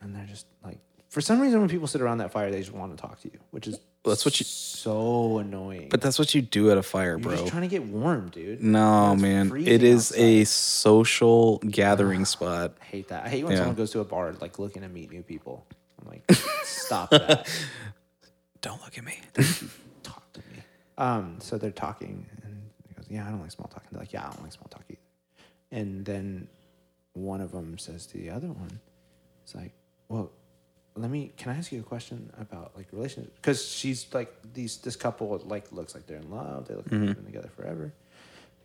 Speaker 3: and they're just like for some reason when people sit around that fire, they just want to talk to you, which is
Speaker 2: That's what you-
Speaker 3: so annoying.
Speaker 2: But that's what you do at a fire,
Speaker 3: you're
Speaker 2: bro.
Speaker 3: just trying to get warm, dude.
Speaker 2: No,
Speaker 3: It's
Speaker 2: man. It
Speaker 3: freezing
Speaker 2: is
Speaker 3: outside. Ah.
Speaker 2: a social gathering spot.
Speaker 3: I hate that. I hate when
Speaker 2: Yeah.
Speaker 3: someone goes to a bar like looking to meet new people. I'm like,
Speaker 2: [LAUGHS]
Speaker 3: stop that.
Speaker 2: Don't look at me.
Speaker 3: Talk to me. Um, so they're talking, and he goes, "Yeah, I don't like small talk." And they're like, "Yeah, I don't like small talk either." And then one of them says to the other one, "It's like, well, let me. Can I ask you a question about like relationships? Because she's like these. This couple like looks like they're in love. They look like they've been together forever."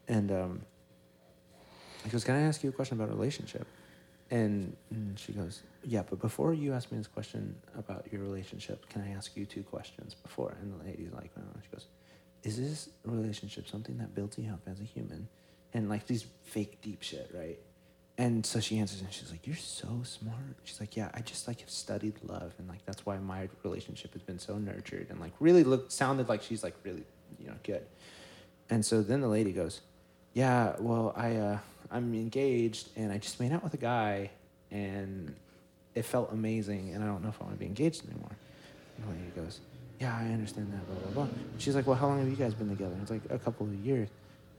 Speaker 3: And um, he goes, Can I ask you a question about a relationship? And and she goes, Yeah, but before you ask me this question about your relationship, can I ask you two questions before? And the lady's like, oh. She goes, Is this relationship something that builds you up as a human? And like these fake deep shit, right? And so she answers and she's like, You're so smart. She's like, Yeah, I just like have studied love. And like, that's why my relationship has been so nurtured. And like, really looked, sounded like she's like really, you know, good. And so then the lady goes, "Yeah, well, I uh, I'm engaged, and I just made out with a guy, and it felt amazing, and I don't know if I want to be engaged anymore." And the lady goes, "Yeah, I understand that, blah blah blah." And she's like, "Well, how long have you guys been together?" It's like a couple of years,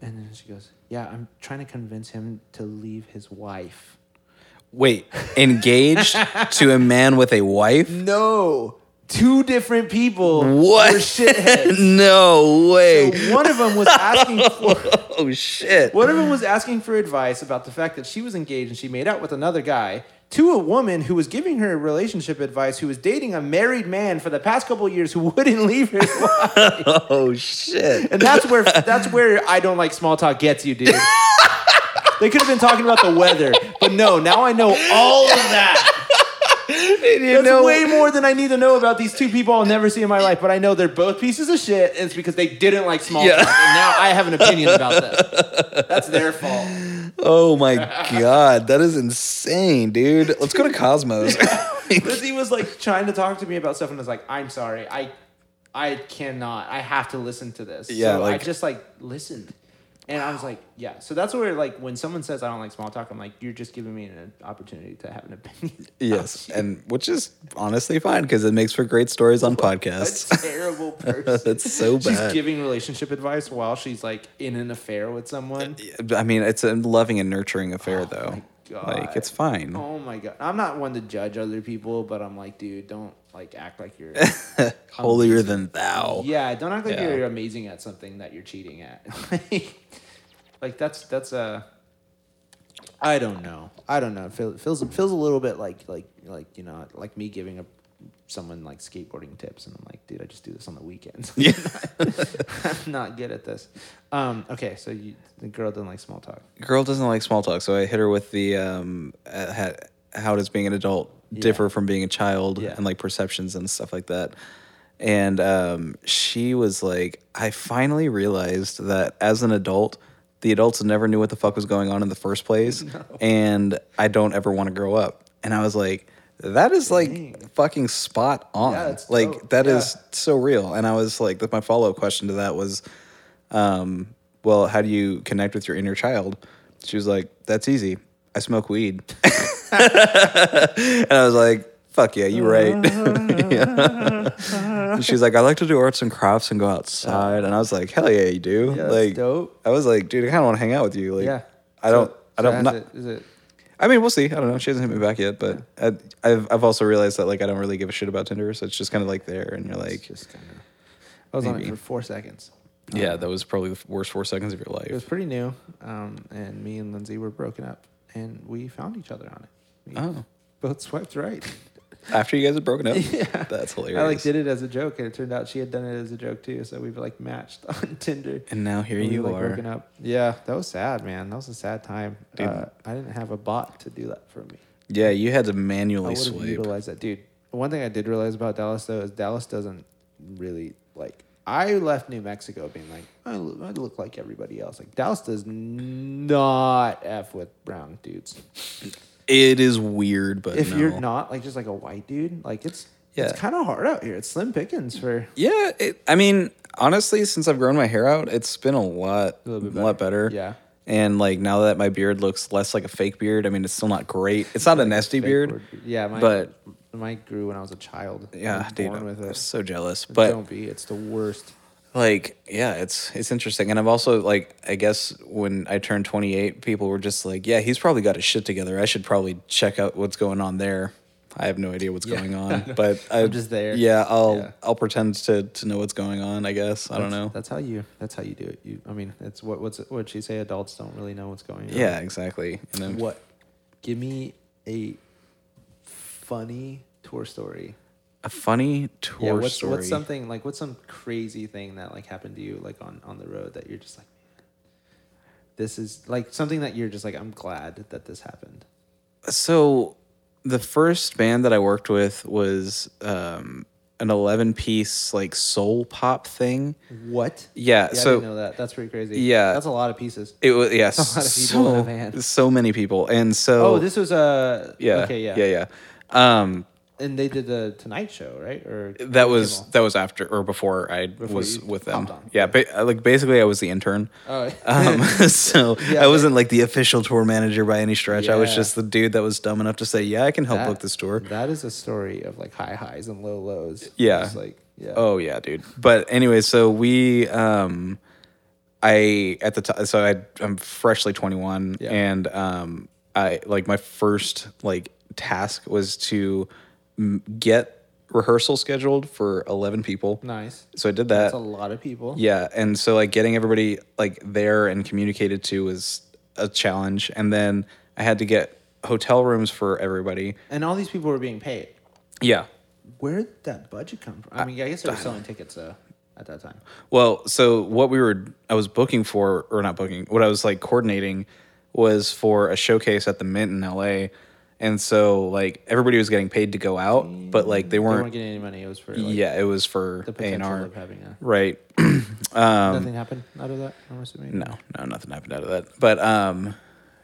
Speaker 3: and then she goes, "Yeah, I'm trying to convince him to leave his wife."
Speaker 2: [LAUGHS] Wait, engaged to a man with
Speaker 3: [LAUGHS]
Speaker 2: a wife?
Speaker 3: No, two different people.
Speaker 2: What?
Speaker 3: Were shitheads.
Speaker 2: [LAUGHS] no way.
Speaker 3: so one of them was asking for.
Speaker 2: [LAUGHS] oh shit.
Speaker 3: One of them was asking for advice about the fact that she was engaged and she made out with another guy to a woman who was giving her relationship advice who was dating a married man for the past couple of years who wouldn't leave his [LAUGHS] wife.
Speaker 2: Oh shit.
Speaker 3: and that's where that's where I don't like small talk gets you, dude. They could have been talking about the weather, but no, now I know all of that.
Speaker 2: You
Speaker 3: That's way more than I need to know about these two people I'll never see in my life, but I know they're both pieces of shit, and it's because they didn't like small
Speaker 2: Yeah.
Speaker 3: talk, and now I have an opinion about them. That's their fault. [LAUGHS]
Speaker 2: oh my god, that is insane, dude. Let's go
Speaker 3: [LAUGHS]
Speaker 2: to Cosmos.
Speaker 3: Because he was like trying to talk to me about stuff, and I was like, "I'm sorry, I, I cannot. I have to listen to this."
Speaker 2: Yeah,
Speaker 3: so
Speaker 2: like-
Speaker 3: I just like listened, and I was like, "Yeah." So that's where like when someone says I don't like small talk, I'm like, "You're just giving me an opportunity to have an
Speaker 2: [LAUGHS]
Speaker 3: opinion."
Speaker 2: yes, and which is honestly fine because it makes for great stories on
Speaker 3: A
Speaker 2: podcasts. [LAUGHS]
Speaker 3: terrible person.
Speaker 2: That's so
Speaker 3: She's
Speaker 2: bad.
Speaker 3: giving relationship advice while she's like in an affair with someone.
Speaker 2: I mean, it's a loving and nurturing affair, though.
Speaker 3: Oh God.
Speaker 2: Like it's fine.
Speaker 3: Oh my god! I'm not one to judge other people, but I'm like, dude, don't like act like
Speaker 2: [LAUGHS]
Speaker 3: you're.
Speaker 2: Holier than thou.
Speaker 3: Yeah, don't act like
Speaker 2: Yeah.
Speaker 3: you're amazing at something that you're cheating at. [LAUGHS] like that's that's uh I don't know. I don't know. It feel- feels feels a little bit like like like you know like me giving a someone like skateboarding tips and I'm like, dude, I just do this on the weekends. [LAUGHS]
Speaker 2: [LAUGHS] Yeah.
Speaker 3: I'm not good at this. Um, okay, so you, the girl doesn't like small talk.
Speaker 2: Girl doesn't like small talk, so I hit her with the um, uh, how, how does being an adult differ from being a child
Speaker 3: Yeah.
Speaker 2: and like perceptions and stuff like that. And um, she was like, I finally realized that as an adult, the adults never knew what the fuck was going on in the first place, and I don't ever want to grow up. And I was like, that is like fucking spot on.
Speaker 3: Yeah, that's dope.
Speaker 2: like that is
Speaker 3: Yeah.
Speaker 2: so real. And I was like, that my follow up question to that was, um, well, how do you connect with your inner child? She was like, that's easy. I smoke weed. [LAUGHS] and I was like, fuck yeah, you're right. [LAUGHS] Yeah. And She's like, I like to do arts and crafts and go outside. And I was like, hell yeah, you do.
Speaker 3: Yeah, that's
Speaker 2: like,
Speaker 3: dope.
Speaker 2: I was like, dude, I kind of want to hang out with you. Like,
Speaker 3: Yeah.
Speaker 2: I don't, I
Speaker 3: So
Speaker 2: don't,
Speaker 3: has
Speaker 2: not,
Speaker 3: it- is it
Speaker 2: I mean, we'll see. I don't know. She hasn't hit me back yet, but I, I've I've also realized that like I don't really give a shit about Tinder, so it's just kind of like there, and you're like,
Speaker 3: Just kind of. I was on
Speaker 2: Maybe.
Speaker 3: it for four seconds.
Speaker 2: yeah, that was probably the worst four seconds of your
Speaker 3: It was
Speaker 2: life.
Speaker 3: pretty new, um, and me and Lindsay were broken up, and we found each other on it. We
Speaker 2: Oh,
Speaker 3: both swiped right.
Speaker 2: after you guys had broken up,
Speaker 3: [LAUGHS] yeah,
Speaker 2: that's hilarious.
Speaker 3: I like did it as a joke, and it turned out she had done it as a joke too. So we've like matched [LAUGHS] on Tinder.
Speaker 2: and now here
Speaker 3: We,
Speaker 2: you
Speaker 3: like,
Speaker 2: are.
Speaker 3: broken up. Yeah, that was sad, man. That was a sad time.
Speaker 2: Dude.
Speaker 3: Uh, I didn't have a bot to do that for me.
Speaker 2: Yeah, you had to
Speaker 3: I
Speaker 2: manually
Speaker 3: would have
Speaker 2: swipe.
Speaker 3: utilized that, dude. One thing I did realize about Dallas though is Dallas doesn't really like. I left New Mexico being like, I look, I look like everybody else. Like Dallas does not f with brown dudes.
Speaker 2: It is weird, but
Speaker 3: If
Speaker 2: no.
Speaker 3: you're not like just like a white dude, like it's
Speaker 2: Yeah.
Speaker 3: it's kind of hard out here. It's slim pickings for
Speaker 2: yeah, it, I mean, honestly, since I've grown my hair out, it's been a lot, a
Speaker 3: little bit
Speaker 2: lot better.
Speaker 3: Yeah.
Speaker 2: And like now that my beard looks less like a fake beard, I mean, it's still not great. It's not a nasty
Speaker 3: fake
Speaker 2: beard.
Speaker 3: word. Yeah, mine,
Speaker 2: but-
Speaker 3: mine grew when I was a child. I
Speaker 2: Yeah,
Speaker 3: was
Speaker 2: dude,
Speaker 3: born
Speaker 2: I'm
Speaker 3: with it.
Speaker 2: so jealous. But
Speaker 3: don't be. It's the worst.
Speaker 2: like yeah it's it's interesting and i've also like i guess when i turned 28 people were just like yeah he's probably got his shit together i should probably check out what's going on there i have no idea what's going on
Speaker 3: [LAUGHS]
Speaker 2: but I,
Speaker 3: I'm just there.
Speaker 2: yeah i'll
Speaker 3: Yeah.
Speaker 2: i'll pretend to to know what's going on i guess i don't
Speaker 3: That's-
Speaker 2: know
Speaker 3: That's how you. That's how you do it. You. I mean, it's what. What's what she say? Adults don't really know what's going on.
Speaker 2: yeah exactly and then
Speaker 3: What? Give me a funny tour story.
Speaker 2: a funny tour
Speaker 3: yeah. What's
Speaker 2: story
Speaker 3: what's something like what's some crazy thing that like happened to you like on on the road that you're just like, this is like something that you're just like I'm glad that this happened.
Speaker 2: so the first band that I worked with was um, an 11 piece like soul pop thing.
Speaker 3: What?
Speaker 2: Yeah,
Speaker 3: Yeah, I
Speaker 2: so-
Speaker 3: didn't know that. That's pretty crazy.
Speaker 2: Yeah.
Speaker 3: That's a lot of pieces.
Speaker 2: It was yes,
Speaker 3: [LAUGHS] A lot of people in a
Speaker 2: so
Speaker 3: van.
Speaker 2: so many people, and so
Speaker 3: Oh, this was uh,
Speaker 2: yeah,
Speaker 3: Okay. Yeah.
Speaker 2: yeah, yeah. Um,
Speaker 3: And they did the Tonight Show, right? Or
Speaker 2: that was
Speaker 3: Kimmel?
Speaker 2: that was after or before I was
Speaker 3: you
Speaker 2: with them.
Speaker 3: hopped on.
Speaker 2: Yeah, ba- uh, like basically I was the intern.
Speaker 3: Oh,
Speaker 2: [LAUGHS]
Speaker 3: [LAUGHS]
Speaker 2: Um, so
Speaker 3: Yeah,
Speaker 2: I
Speaker 3: but-
Speaker 2: wasn't like the official tour manager by any stretch. I was
Speaker 3: Yeah.
Speaker 2: just the dude that was dumb enough to say, "Yeah, I can help
Speaker 3: that-
Speaker 2: book this tour."
Speaker 3: That is a story of like high highs and low lows.
Speaker 2: Yeah.
Speaker 3: It's like yeah.
Speaker 2: Oh yeah, dude. But anyway, so we um I at the time so I I'm freshly 21
Speaker 3: Yeah.
Speaker 2: and um I like my first like task was to m- get rehearsal scheduled for 11 people.
Speaker 3: nice.
Speaker 2: So I did that.
Speaker 3: That's a lot of people.
Speaker 2: Uh, Yeah, and so like getting everybody like there and communicated to was a challenge and then I had to get hotel rooms for everybody.
Speaker 3: And all these people were being paid.
Speaker 2: Yeah.
Speaker 3: Where did that budget come from? I mean, I guess they were selling tickets though at that time.
Speaker 2: Well, so what we were, I was booking for, or not booking, what I was like coordinating was for a showcase at the Mint in LA. And so, like, everybody was getting paid to go out, but like, they
Speaker 3: They weren't
Speaker 2: weren't,
Speaker 3: getting any money. It was for like,
Speaker 2: yeah, it was for
Speaker 3: the potential
Speaker 2: A&R.
Speaker 3: of having a
Speaker 2: Right. [CLEARS THROAT]
Speaker 3: nothing happened out of that. I'm assuming.
Speaker 2: Um, No, no, nothing happened out of that. But, um,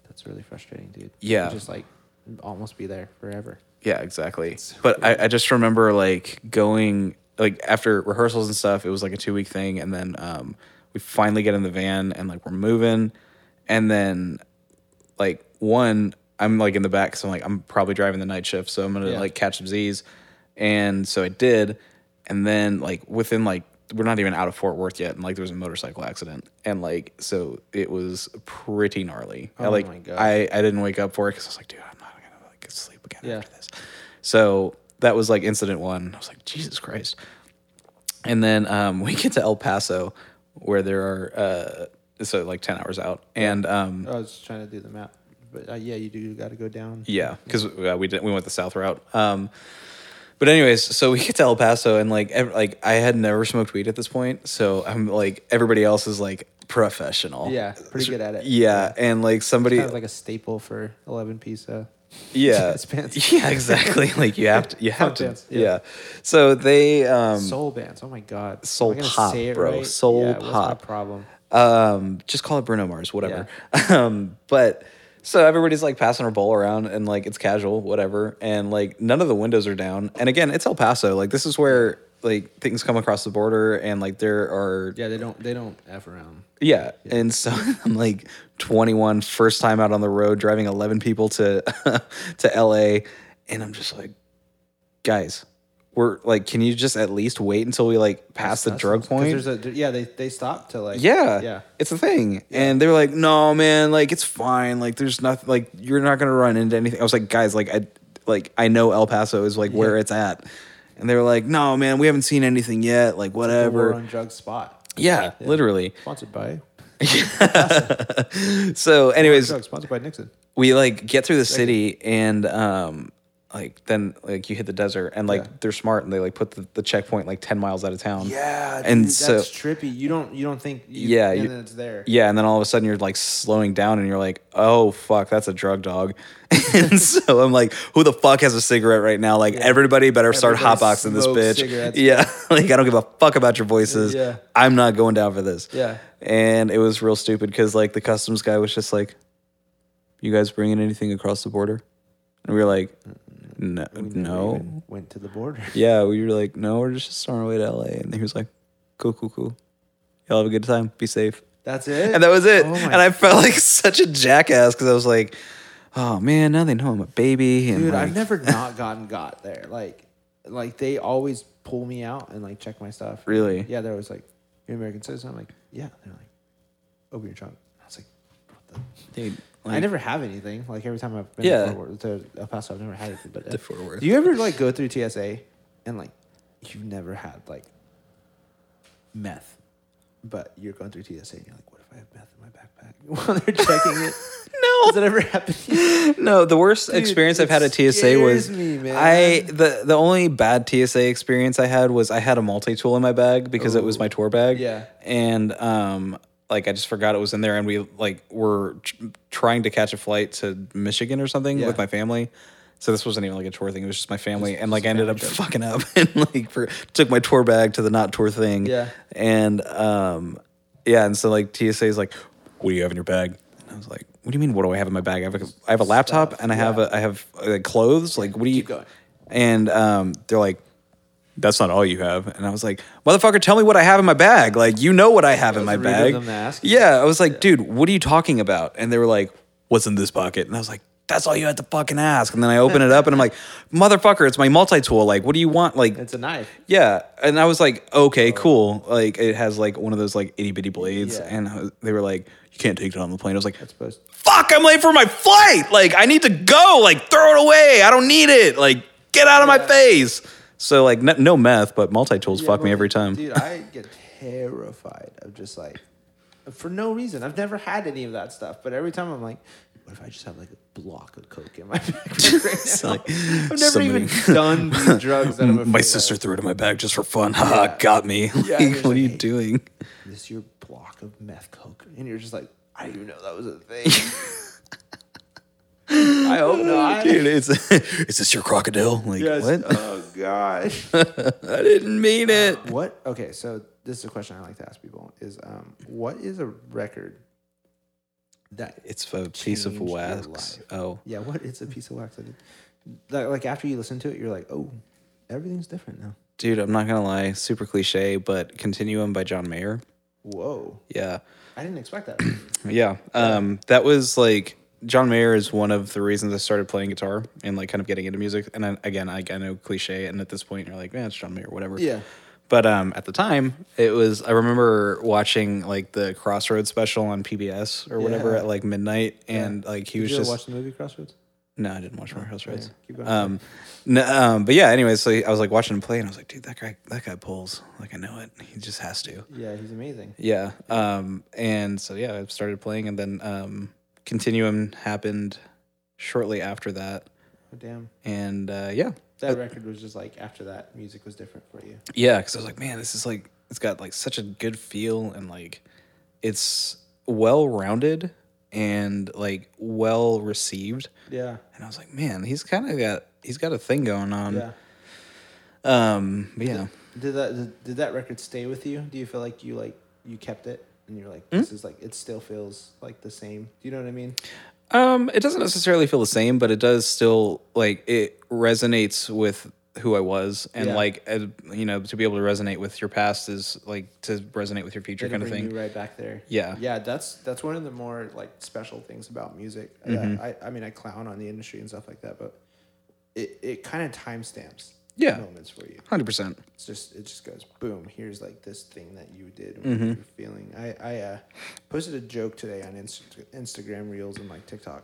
Speaker 3: That's really frustrating, dude.
Speaker 2: Yeah.
Speaker 3: You just like almost be there forever.
Speaker 2: yeah, exactly. But I, I just remember like going, like, after rehearsals and stuff, it was like a two week thing. And then, um, we finally get in the van and like we're moving. And then like one i'm like in the back so i'm like i'm probably driving the night shift so i'm gonna
Speaker 3: Yeah.
Speaker 2: like catch some z's and so i did and then like within like we're not even out of fort worth yet and like there was a motorcycle accident and like so it was pretty gnarly I,
Speaker 3: Oh
Speaker 2: like
Speaker 3: my God.
Speaker 2: i i didn't wake up for it because i was like dude i'm not gonna like sleep again
Speaker 3: Yeah.
Speaker 2: after this so that was like incident one i was like jesus christ and then um, we get to el paso where there are uh, so like 10 hours out and um,
Speaker 3: I was trying to do the map, but uh, yeah, you do got to go down.
Speaker 2: yeah, because uh, we did, we went the south route. Um, but anyways, so we get to El Paso and like ev- like I had never smoked weed at this point, so I'm like everybody else is like professional.
Speaker 3: Yeah, pretty good at it.
Speaker 2: Yeah, and like somebody
Speaker 3: Kind of like a staple for eleven piece. Uh, [LAUGHS]
Speaker 2: yeah
Speaker 3: jazz bands.
Speaker 2: [LAUGHS] yeah exactly like you have to you have
Speaker 3: Punk
Speaker 2: to
Speaker 3: bands,
Speaker 2: yeah.
Speaker 3: yeah.
Speaker 2: So they um
Speaker 3: soul bands. Oh my god.
Speaker 2: Soul
Speaker 3: Am I gonna
Speaker 2: pop,
Speaker 3: say it
Speaker 2: bro. Soul
Speaker 3: yeah, What's my
Speaker 2: pop.
Speaker 3: problem?
Speaker 2: um just call it Bruno Mars, whatever. [LAUGHS] Um, but so everybody's like passing her bowl around and like it's casual, whatever. And like none of the windows are down. And again, it's El Paso. Like this is where like things come across the border and like there are
Speaker 3: Yeah, they don't. They don't f around.
Speaker 2: yeah. And so [LAUGHS] I'm like 21, first time out on the road, driving [LAUGHS] 11 people to to LA, and I'm just like, guys, we're like, can you just at least wait until we like pass the
Speaker 3: That's-
Speaker 2: drug
Speaker 3: 'cause
Speaker 2: point?
Speaker 3: There's a, yeah, they, they stop to like.
Speaker 2: Yeah.
Speaker 3: Yeah.
Speaker 2: It's a thing. And they were like, no, man, like it's fine. Like there's nothing like you're not gonna run into anything. I was like, guys, like I like I know El Paso is like where it's at. And they were like, no, man, we haven't seen anything yet. Like
Speaker 3: The war
Speaker 2: whatever.
Speaker 3: on drug spot.
Speaker 2: yeah, literally.
Speaker 3: Sponsored by.
Speaker 2: So anyways,
Speaker 3: Drug sponsored by Nixon.
Speaker 2: we like get through the city and um like then like you hit the desert and like they're smart and they like put the, the checkpoint like 10 miles out of town.
Speaker 3: Yeah,
Speaker 2: And
Speaker 3: dude,
Speaker 2: so
Speaker 3: that's trippy. You don't you don't think you,
Speaker 2: Yeah,
Speaker 3: and
Speaker 2: you-
Speaker 3: then it's there.
Speaker 2: Yeah, and then all of a sudden you're like slowing down and you're like, oh fuck, that's a drug dog. [LAUGHS] and so I'm like, who the fuck has a cigarette right now? Like everybody better start
Speaker 3: Everybody
Speaker 2: hotboxing this
Speaker 3: smoke
Speaker 2: bitch.
Speaker 3: cigarettes.
Speaker 2: Yeah. [LAUGHS] like I don't give a fuck about your voices.
Speaker 3: Yeah.
Speaker 2: I'm not going down for this.
Speaker 3: Yeah.
Speaker 2: And it was real stupid because like the customs guy was just like, You guys bringing anything across the border? And we were like, No no.
Speaker 3: Even went to the border. [LAUGHS]
Speaker 2: Yeah, we were like, No, we're just on our way to LA. And he was like, Cool, cool, cool. Y'all have a good time. Be safe
Speaker 3: That's it.
Speaker 2: [LAUGHS] and that was it.
Speaker 3: Oh my
Speaker 2: and I felt like [LAUGHS] such a jackass because I was like, "Oh man, now they know I'm a baby." And
Speaker 3: dude,
Speaker 2: like,
Speaker 3: I've never not gotten got there. Like, like they always pull me out and like check my stuff.
Speaker 2: Really?
Speaker 3: Yeah, they're always like, "You're an American citizen." I'm like, "Yeah." They're like, "Open your trunk." I was like, "What the?"
Speaker 2: Dude,
Speaker 3: I never have anything. Like every time I've been
Speaker 2: Yeah.
Speaker 3: to, Fort Worth, to El Paso, I've never had anything. But
Speaker 2: [LAUGHS]
Speaker 3: uh,
Speaker 2: To Fort Worth.
Speaker 3: do you ever like go through TSA and like you've never had like meth, but you're going through TSA and you're like, "What if I have meth in my backpack?" [LAUGHS] While they're checking it. Has
Speaker 2: no,
Speaker 3: that ever happened? [LAUGHS] to you?
Speaker 2: [LAUGHS] no. The worst experience
Speaker 3: it
Speaker 2: I've had at TSA was
Speaker 3: scares me, man.
Speaker 2: I the the only bad TSA experience I had was I had a multi tool in my bag because it was my tour bag.
Speaker 3: Yeah.
Speaker 2: and um. Like I just forgot it was in there, and we like were tr- trying to catch a flight to Michigan or something
Speaker 3: Yeah.
Speaker 2: with my family. So this wasn't even like a tour thing; it was just my family, and like I ended up [LAUGHS] fucking up and like for, took my tour bag to the not tour thing.
Speaker 3: Yeah.
Speaker 2: And um, yeah, and so like TSA is like, "What do you have in your bag?" And I was like, "What do you mean? What do I have in my bag? I have a, I have a laptop and I have a, I have uh, clothes. Like, what do you?"
Speaker 3: going.
Speaker 2: And um, they're like, "That's not all you have." And I was like, "Motherfucker, tell me what I have in my bag. Like, you know what I have in my
Speaker 3: the reader
Speaker 2: bag."
Speaker 3: them to ask you.
Speaker 2: Yeah, I was like, "Dude, what are you talking about?" And they were like, "What's in this pocket?" And I was like. That's all you had to fucking ask. And then I open it up and I'm like, motherfucker, it's my multi tool. Like, what do you want? Like,
Speaker 3: It's a knife.
Speaker 2: yeah, and I was like, okay, cool. Like it has like one of those like itty bitty blades,
Speaker 3: Oh. Yeah.
Speaker 2: and I was- they were like, you can't take it on the plane. I was like,
Speaker 3: I suppose.
Speaker 2: fuck, I'm late for my flight. Like I need to go. Like throw it away. I don't need it. Like get out of my face. So like no, no meth, but multi tools fuck me every time.
Speaker 3: Dude, I get terrified of just like, for no reason. I've never had any of that stuff, but every time I'm like, what if I just have like a block of coke in my [LAUGHS] backpack [LAUGHS] right now?
Speaker 2: like,
Speaker 3: I've never
Speaker 2: somebody-
Speaker 3: even done these
Speaker 2: [LAUGHS]
Speaker 3: drugs that I'm afraid
Speaker 2: my
Speaker 3: of.
Speaker 2: sister threw it in my bag just for fun. Haha, got me. [LAUGHS] Like,
Speaker 3: it's
Speaker 2: what are
Speaker 3: like-
Speaker 2: you doing?
Speaker 3: This your block of meth coke, and you're just like, I didn't even know that was a thing.
Speaker 2: [LAUGHS]
Speaker 3: I hope not.
Speaker 2: Dude, it's [LAUGHS] is this your crocodile? Like
Speaker 3: Yes. [LAUGHS]
Speaker 2: what? [LAUGHS]
Speaker 3: Oh gosh.
Speaker 2: I didn't mean it.
Speaker 3: What? Okay, so this is a question I like to ask people: is um, what is a record that
Speaker 2: It's a piece of
Speaker 3: changed your
Speaker 2: wax.
Speaker 3: life?
Speaker 2: Oh.
Speaker 3: Yeah, what is a piece of wax? That, that like after you listen to it, you're like, oh, everything's different now.
Speaker 2: Dude, I'm not gonna lie, super cliche, but Continuum by John Mayer.
Speaker 3: Whoa,
Speaker 2: Yeah.
Speaker 3: I didn't expect [CLEARS THROAT] that.
Speaker 2: Yeah. Um, that was like John Mayer is one of the reasons I started playing guitar and like kind of getting into music. And then, again, I, I know cliche, and at this point you're like, man, it's John Mayer, whatever.
Speaker 3: Yeah.
Speaker 2: But um, at the time, it was I remember watching like the Crossroads special on PBS or whatever
Speaker 3: Yeah.
Speaker 2: at like midnight, and like he
Speaker 3: Did
Speaker 2: was
Speaker 3: you ever
Speaker 2: just
Speaker 3: watch the movie Crossroads?
Speaker 2: No, I didn't watch more Crossroads.
Speaker 3: yeah. Keep going.
Speaker 2: Um, no, um, but yeah. Anyways, so I was like watching him play, and I was like, dude, that guy, that guy pulls. Like I know it. He just has to.
Speaker 3: Yeah, he's amazing.
Speaker 2: Yeah. Um, and so yeah, I started playing, and then um, Continuum happened shortly after that,
Speaker 3: Oh, damn,
Speaker 2: and uh, yeah,
Speaker 3: that record was just like after that, music was different for you.
Speaker 2: yeah. Because I was like, man, this is like, it's got like such a good feel, and like, it's well rounded and like well received.
Speaker 3: Yeah,
Speaker 2: And I was like, man, he's kind of got he's got a thing going on.
Speaker 3: yeah.
Speaker 2: Um, but yeah.
Speaker 3: Did that did, did that record stay with you? Do you feel like you like you kept it and you're like this is like it still feels like the same? Do you know what I mean?
Speaker 2: Um, it doesn't necessarily feel the same, but it does still like it resonates with who I was, and
Speaker 3: Yeah.
Speaker 2: like uh, you know, to be able to resonate with your past is like to resonate with your future
Speaker 3: It'll
Speaker 2: kind of
Speaker 3: bring
Speaker 2: thing.
Speaker 3: You right back there.
Speaker 2: Yeah.
Speaker 3: Yeah, that's that's one of the more like special things about music.
Speaker 2: Mm-hmm.
Speaker 3: I I, I mean, I clown on the industry and stuff like that, but it it kind of timestamps
Speaker 2: Yeah.
Speaker 3: moments for you.
Speaker 2: Hundred percent.
Speaker 3: It's just it just goes boom. Here's like this thing that you did
Speaker 2: Mm-hmm.
Speaker 3: when you were feeling. I I uh, posted a joke today on Insta- Instagram Reels and like TikTok,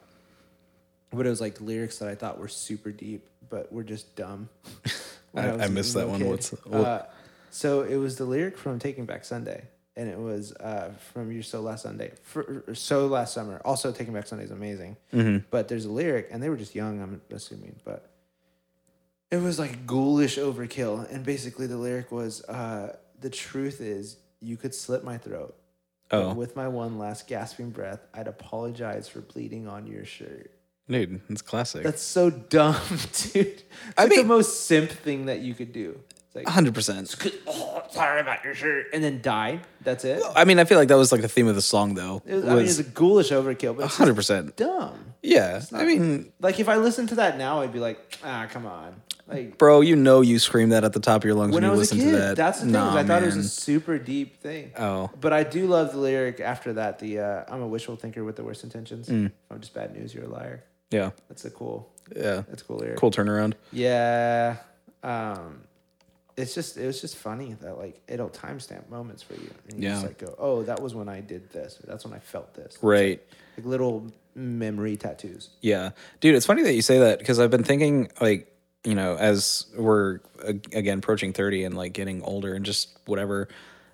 Speaker 3: but it was like lyrics that I thought were super deep, but were just
Speaker 2: [LAUGHS]
Speaker 3: dumb. When
Speaker 2: I-
Speaker 3: was
Speaker 2: I
Speaker 3: a
Speaker 2: missed that
Speaker 3: little
Speaker 2: one.
Speaker 3: kid.
Speaker 2: What's- what-
Speaker 3: Uh, so it was the lyric from Taking Back Sunday, and it was uh, from Your So Last Sunday, for, er, So Last Summer. Also, Taking Back Sunday is amazing,
Speaker 2: Mm-hmm.
Speaker 3: but there's a lyric, and they were just young, I'm assuming, but it was like ghoulish overkill, and basically the lyric was, uh, "The truth is, you could slit my throat." but
Speaker 2: Oh.
Speaker 3: With my one last gasping breath, I'd apologize for bleeding on your shirt.
Speaker 2: Dude, it's classic.
Speaker 3: That's so dumb, [LAUGHS] dude. It's
Speaker 2: I
Speaker 3: like the
Speaker 2: mean-
Speaker 3: most simp thing that you could do. It's [SIGHS] like,
Speaker 2: hundred percent.
Speaker 3: oh, sorry about your shirt, and then die. That's it.
Speaker 2: I mean, I feel like that was like the theme of the song though.
Speaker 3: It was, I mean, it's a ghoulish overkill, but [SIGHS] it's just
Speaker 2: hundred percent.
Speaker 3: dumb.
Speaker 2: Yeah.
Speaker 3: not-
Speaker 2: I mean,
Speaker 3: Like if I listened to that now, I'd be like, ah, come on. Like
Speaker 2: bro, you know you scream that at the top of your lungs when,
Speaker 3: when I
Speaker 2: you
Speaker 3: was a
Speaker 2: listen
Speaker 3: kid,
Speaker 2: to that.
Speaker 3: that's the thing.
Speaker 2: Nah,
Speaker 3: is I thought it was a
Speaker 2: man.
Speaker 3: super deep thing.
Speaker 2: Oh.
Speaker 3: but I do love the lyric after that. The uh, I'm a wishful thinker with the worst intentions.
Speaker 2: Mm.
Speaker 3: If I'm just bad news, you're a liar.
Speaker 2: Yeah.
Speaker 3: That's a cool.
Speaker 2: Yeah.
Speaker 3: That's a cool lyric.
Speaker 2: Cool turnaround.
Speaker 3: Yeah. Um it's just it was just funny that like it'll timestamp moments for you. And you just
Speaker 2: Yeah.
Speaker 3: like go, Oh, that was when I did this, or that's when I felt this.
Speaker 2: Right.
Speaker 3: Like little memory tattoos.
Speaker 2: Yeah, dude, it's funny that you say that because I've been thinking like you know as we're ag- again approaching thirty and like getting older and just whatever.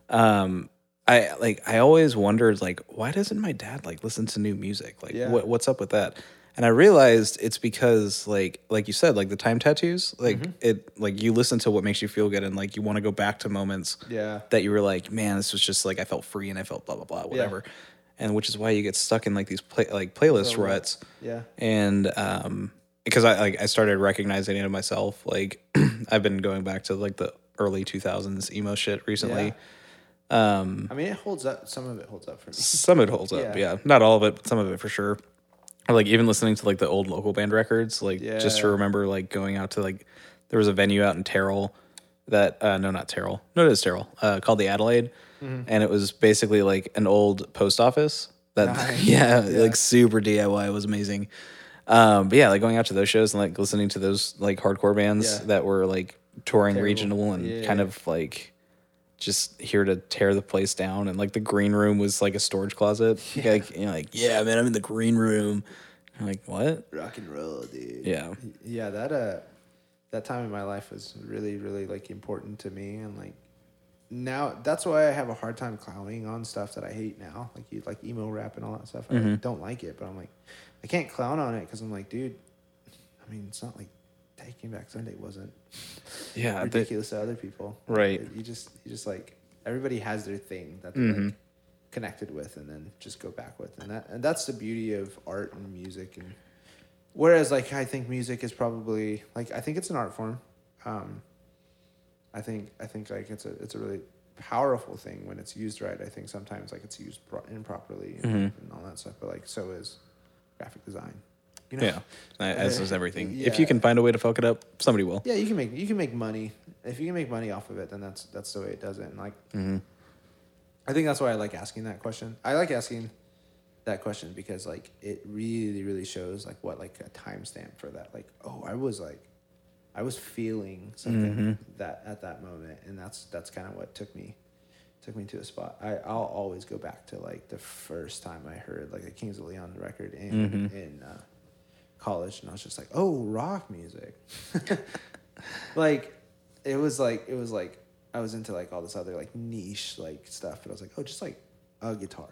Speaker 2: Um, I like I always wondered like why doesn't my dad like listen to new music like
Speaker 3: Yeah.
Speaker 2: what what's up with that? And I realized it's because like like you said like the time tattoos like
Speaker 3: Mm-hmm.
Speaker 2: it like you listen to what makes you feel good and like you want to go back to moments
Speaker 3: Yeah.
Speaker 2: that you were like, man, this was just like I felt free and I felt blah blah blah whatever, and which is why you get stuck in like these play, like playlist ruts.
Speaker 3: Yeah.
Speaker 2: and um, because I like I started recognizing it in myself. Like [CLEARS THROAT] I've been going back to like the early two thousands emo shit recently.
Speaker 3: I mean it holds up some of it holds up for me.
Speaker 2: Some of it holds up,
Speaker 3: Yeah.
Speaker 2: yeah. Not all of it, but some of it for sure. Or, Like even listening to like the old local band records, like just to
Speaker 3: Yeah.
Speaker 2: remember like going out to like there was a venue out in Terrell that uh no not Terrell. No it is Terrell, uh called the Adelaide.
Speaker 3: Mm-hmm.
Speaker 2: And it was basically like an old post office that [LAUGHS] yeah, like super DIY It was amazing. Um but yeah, like going out to those shows and like listening to those like hardcore bands
Speaker 3: Yeah.
Speaker 2: that were like touring regional and
Speaker 3: Yeah.
Speaker 2: kind of like just here to tear the place down and like the green room was like a storage
Speaker 3: [LAUGHS]
Speaker 2: closet like you know, like yeah man i'm in the green room I'm like what
Speaker 3: Rock and roll, dude.
Speaker 2: yeah
Speaker 3: Yeah, that uh that time in my life was really, really like important to me and like now that's why I have a hard time clowning on stuff that I hate now. Like you like emo rap and all that stuff. I don't like it, but I'm like I can't clown on it because I'm like, dude, I mean it's not like taking back Sunday wasn't
Speaker 2: yeah they-
Speaker 3: ridiculous to other people.
Speaker 2: Right.
Speaker 3: You just you just like everybody has their thing that they're
Speaker 2: Mm-hmm.
Speaker 3: like connected with and then just go back with. And that and that's the beauty of art and music and whereas like I think music is probably like I think it's an art form. Um I think I think like it's a it's a really powerful thing when it's used right. I think sometimes like it's used pro- improperly and,
Speaker 2: Mm-hmm.
Speaker 3: and all that stuff. But like so is graphic design. You know?
Speaker 2: yeah as is everything if
Speaker 3: Yeah.
Speaker 2: you can find a way to fuck it up somebody will
Speaker 3: Yeah, you can make you can make money. If you can make money off of it, then that's that's the way it does it. And like, I think that's why I like asking that question. I like asking that question because like it really really shows like what like a timestamp for that. Like, oh, I was like, I was feeling something that at that moment, and that's that's kind of what took me took me to a spot. I I'll always go back to like the first time I heard like the Kings of Leon record in in. Uh, college and I was just like, oh, rock music. [LAUGHS] like it was like it was like I was into like all this other like niche like stuff, but I was like, oh, just like a guitar.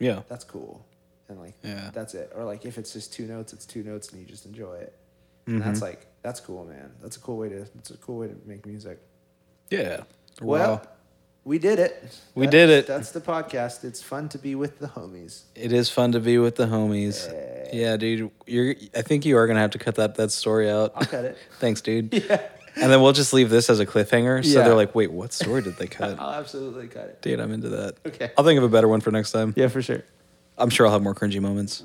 Speaker 2: yeah
Speaker 3: That's cool. And like
Speaker 2: Yeah.
Speaker 3: that's it. Or like if it's just two notes, it's two notes and you just enjoy it. And that's
Speaker 2: Mm-hmm.
Speaker 3: like that's cool, man. That's a cool way to that's a cool way to make music.
Speaker 2: yeah
Speaker 3: Well,
Speaker 2: wow
Speaker 3: we did it.
Speaker 2: We did it.
Speaker 3: That's the podcast. It's fun to be with the homies.
Speaker 2: it is fun to be with the homies yeah dude you're i think you are gonna have to cut that that story out
Speaker 3: [LAUGHS] I'll cut it.
Speaker 2: thanks dude [LAUGHS] yeah and then we'll just leave this as a cliffhanger so
Speaker 3: Yeah.
Speaker 2: they're like wait what story did they
Speaker 3: [LAUGHS]
Speaker 2: cut
Speaker 3: I'll absolutely cut it.
Speaker 2: dude i'm into that
Speaker 3: Okay.
Speaker 2: i'll think of a better one for next time
Speaker 3: Yeah, for sure.
Speaker 2: I'm sure I'll have more cringy moments.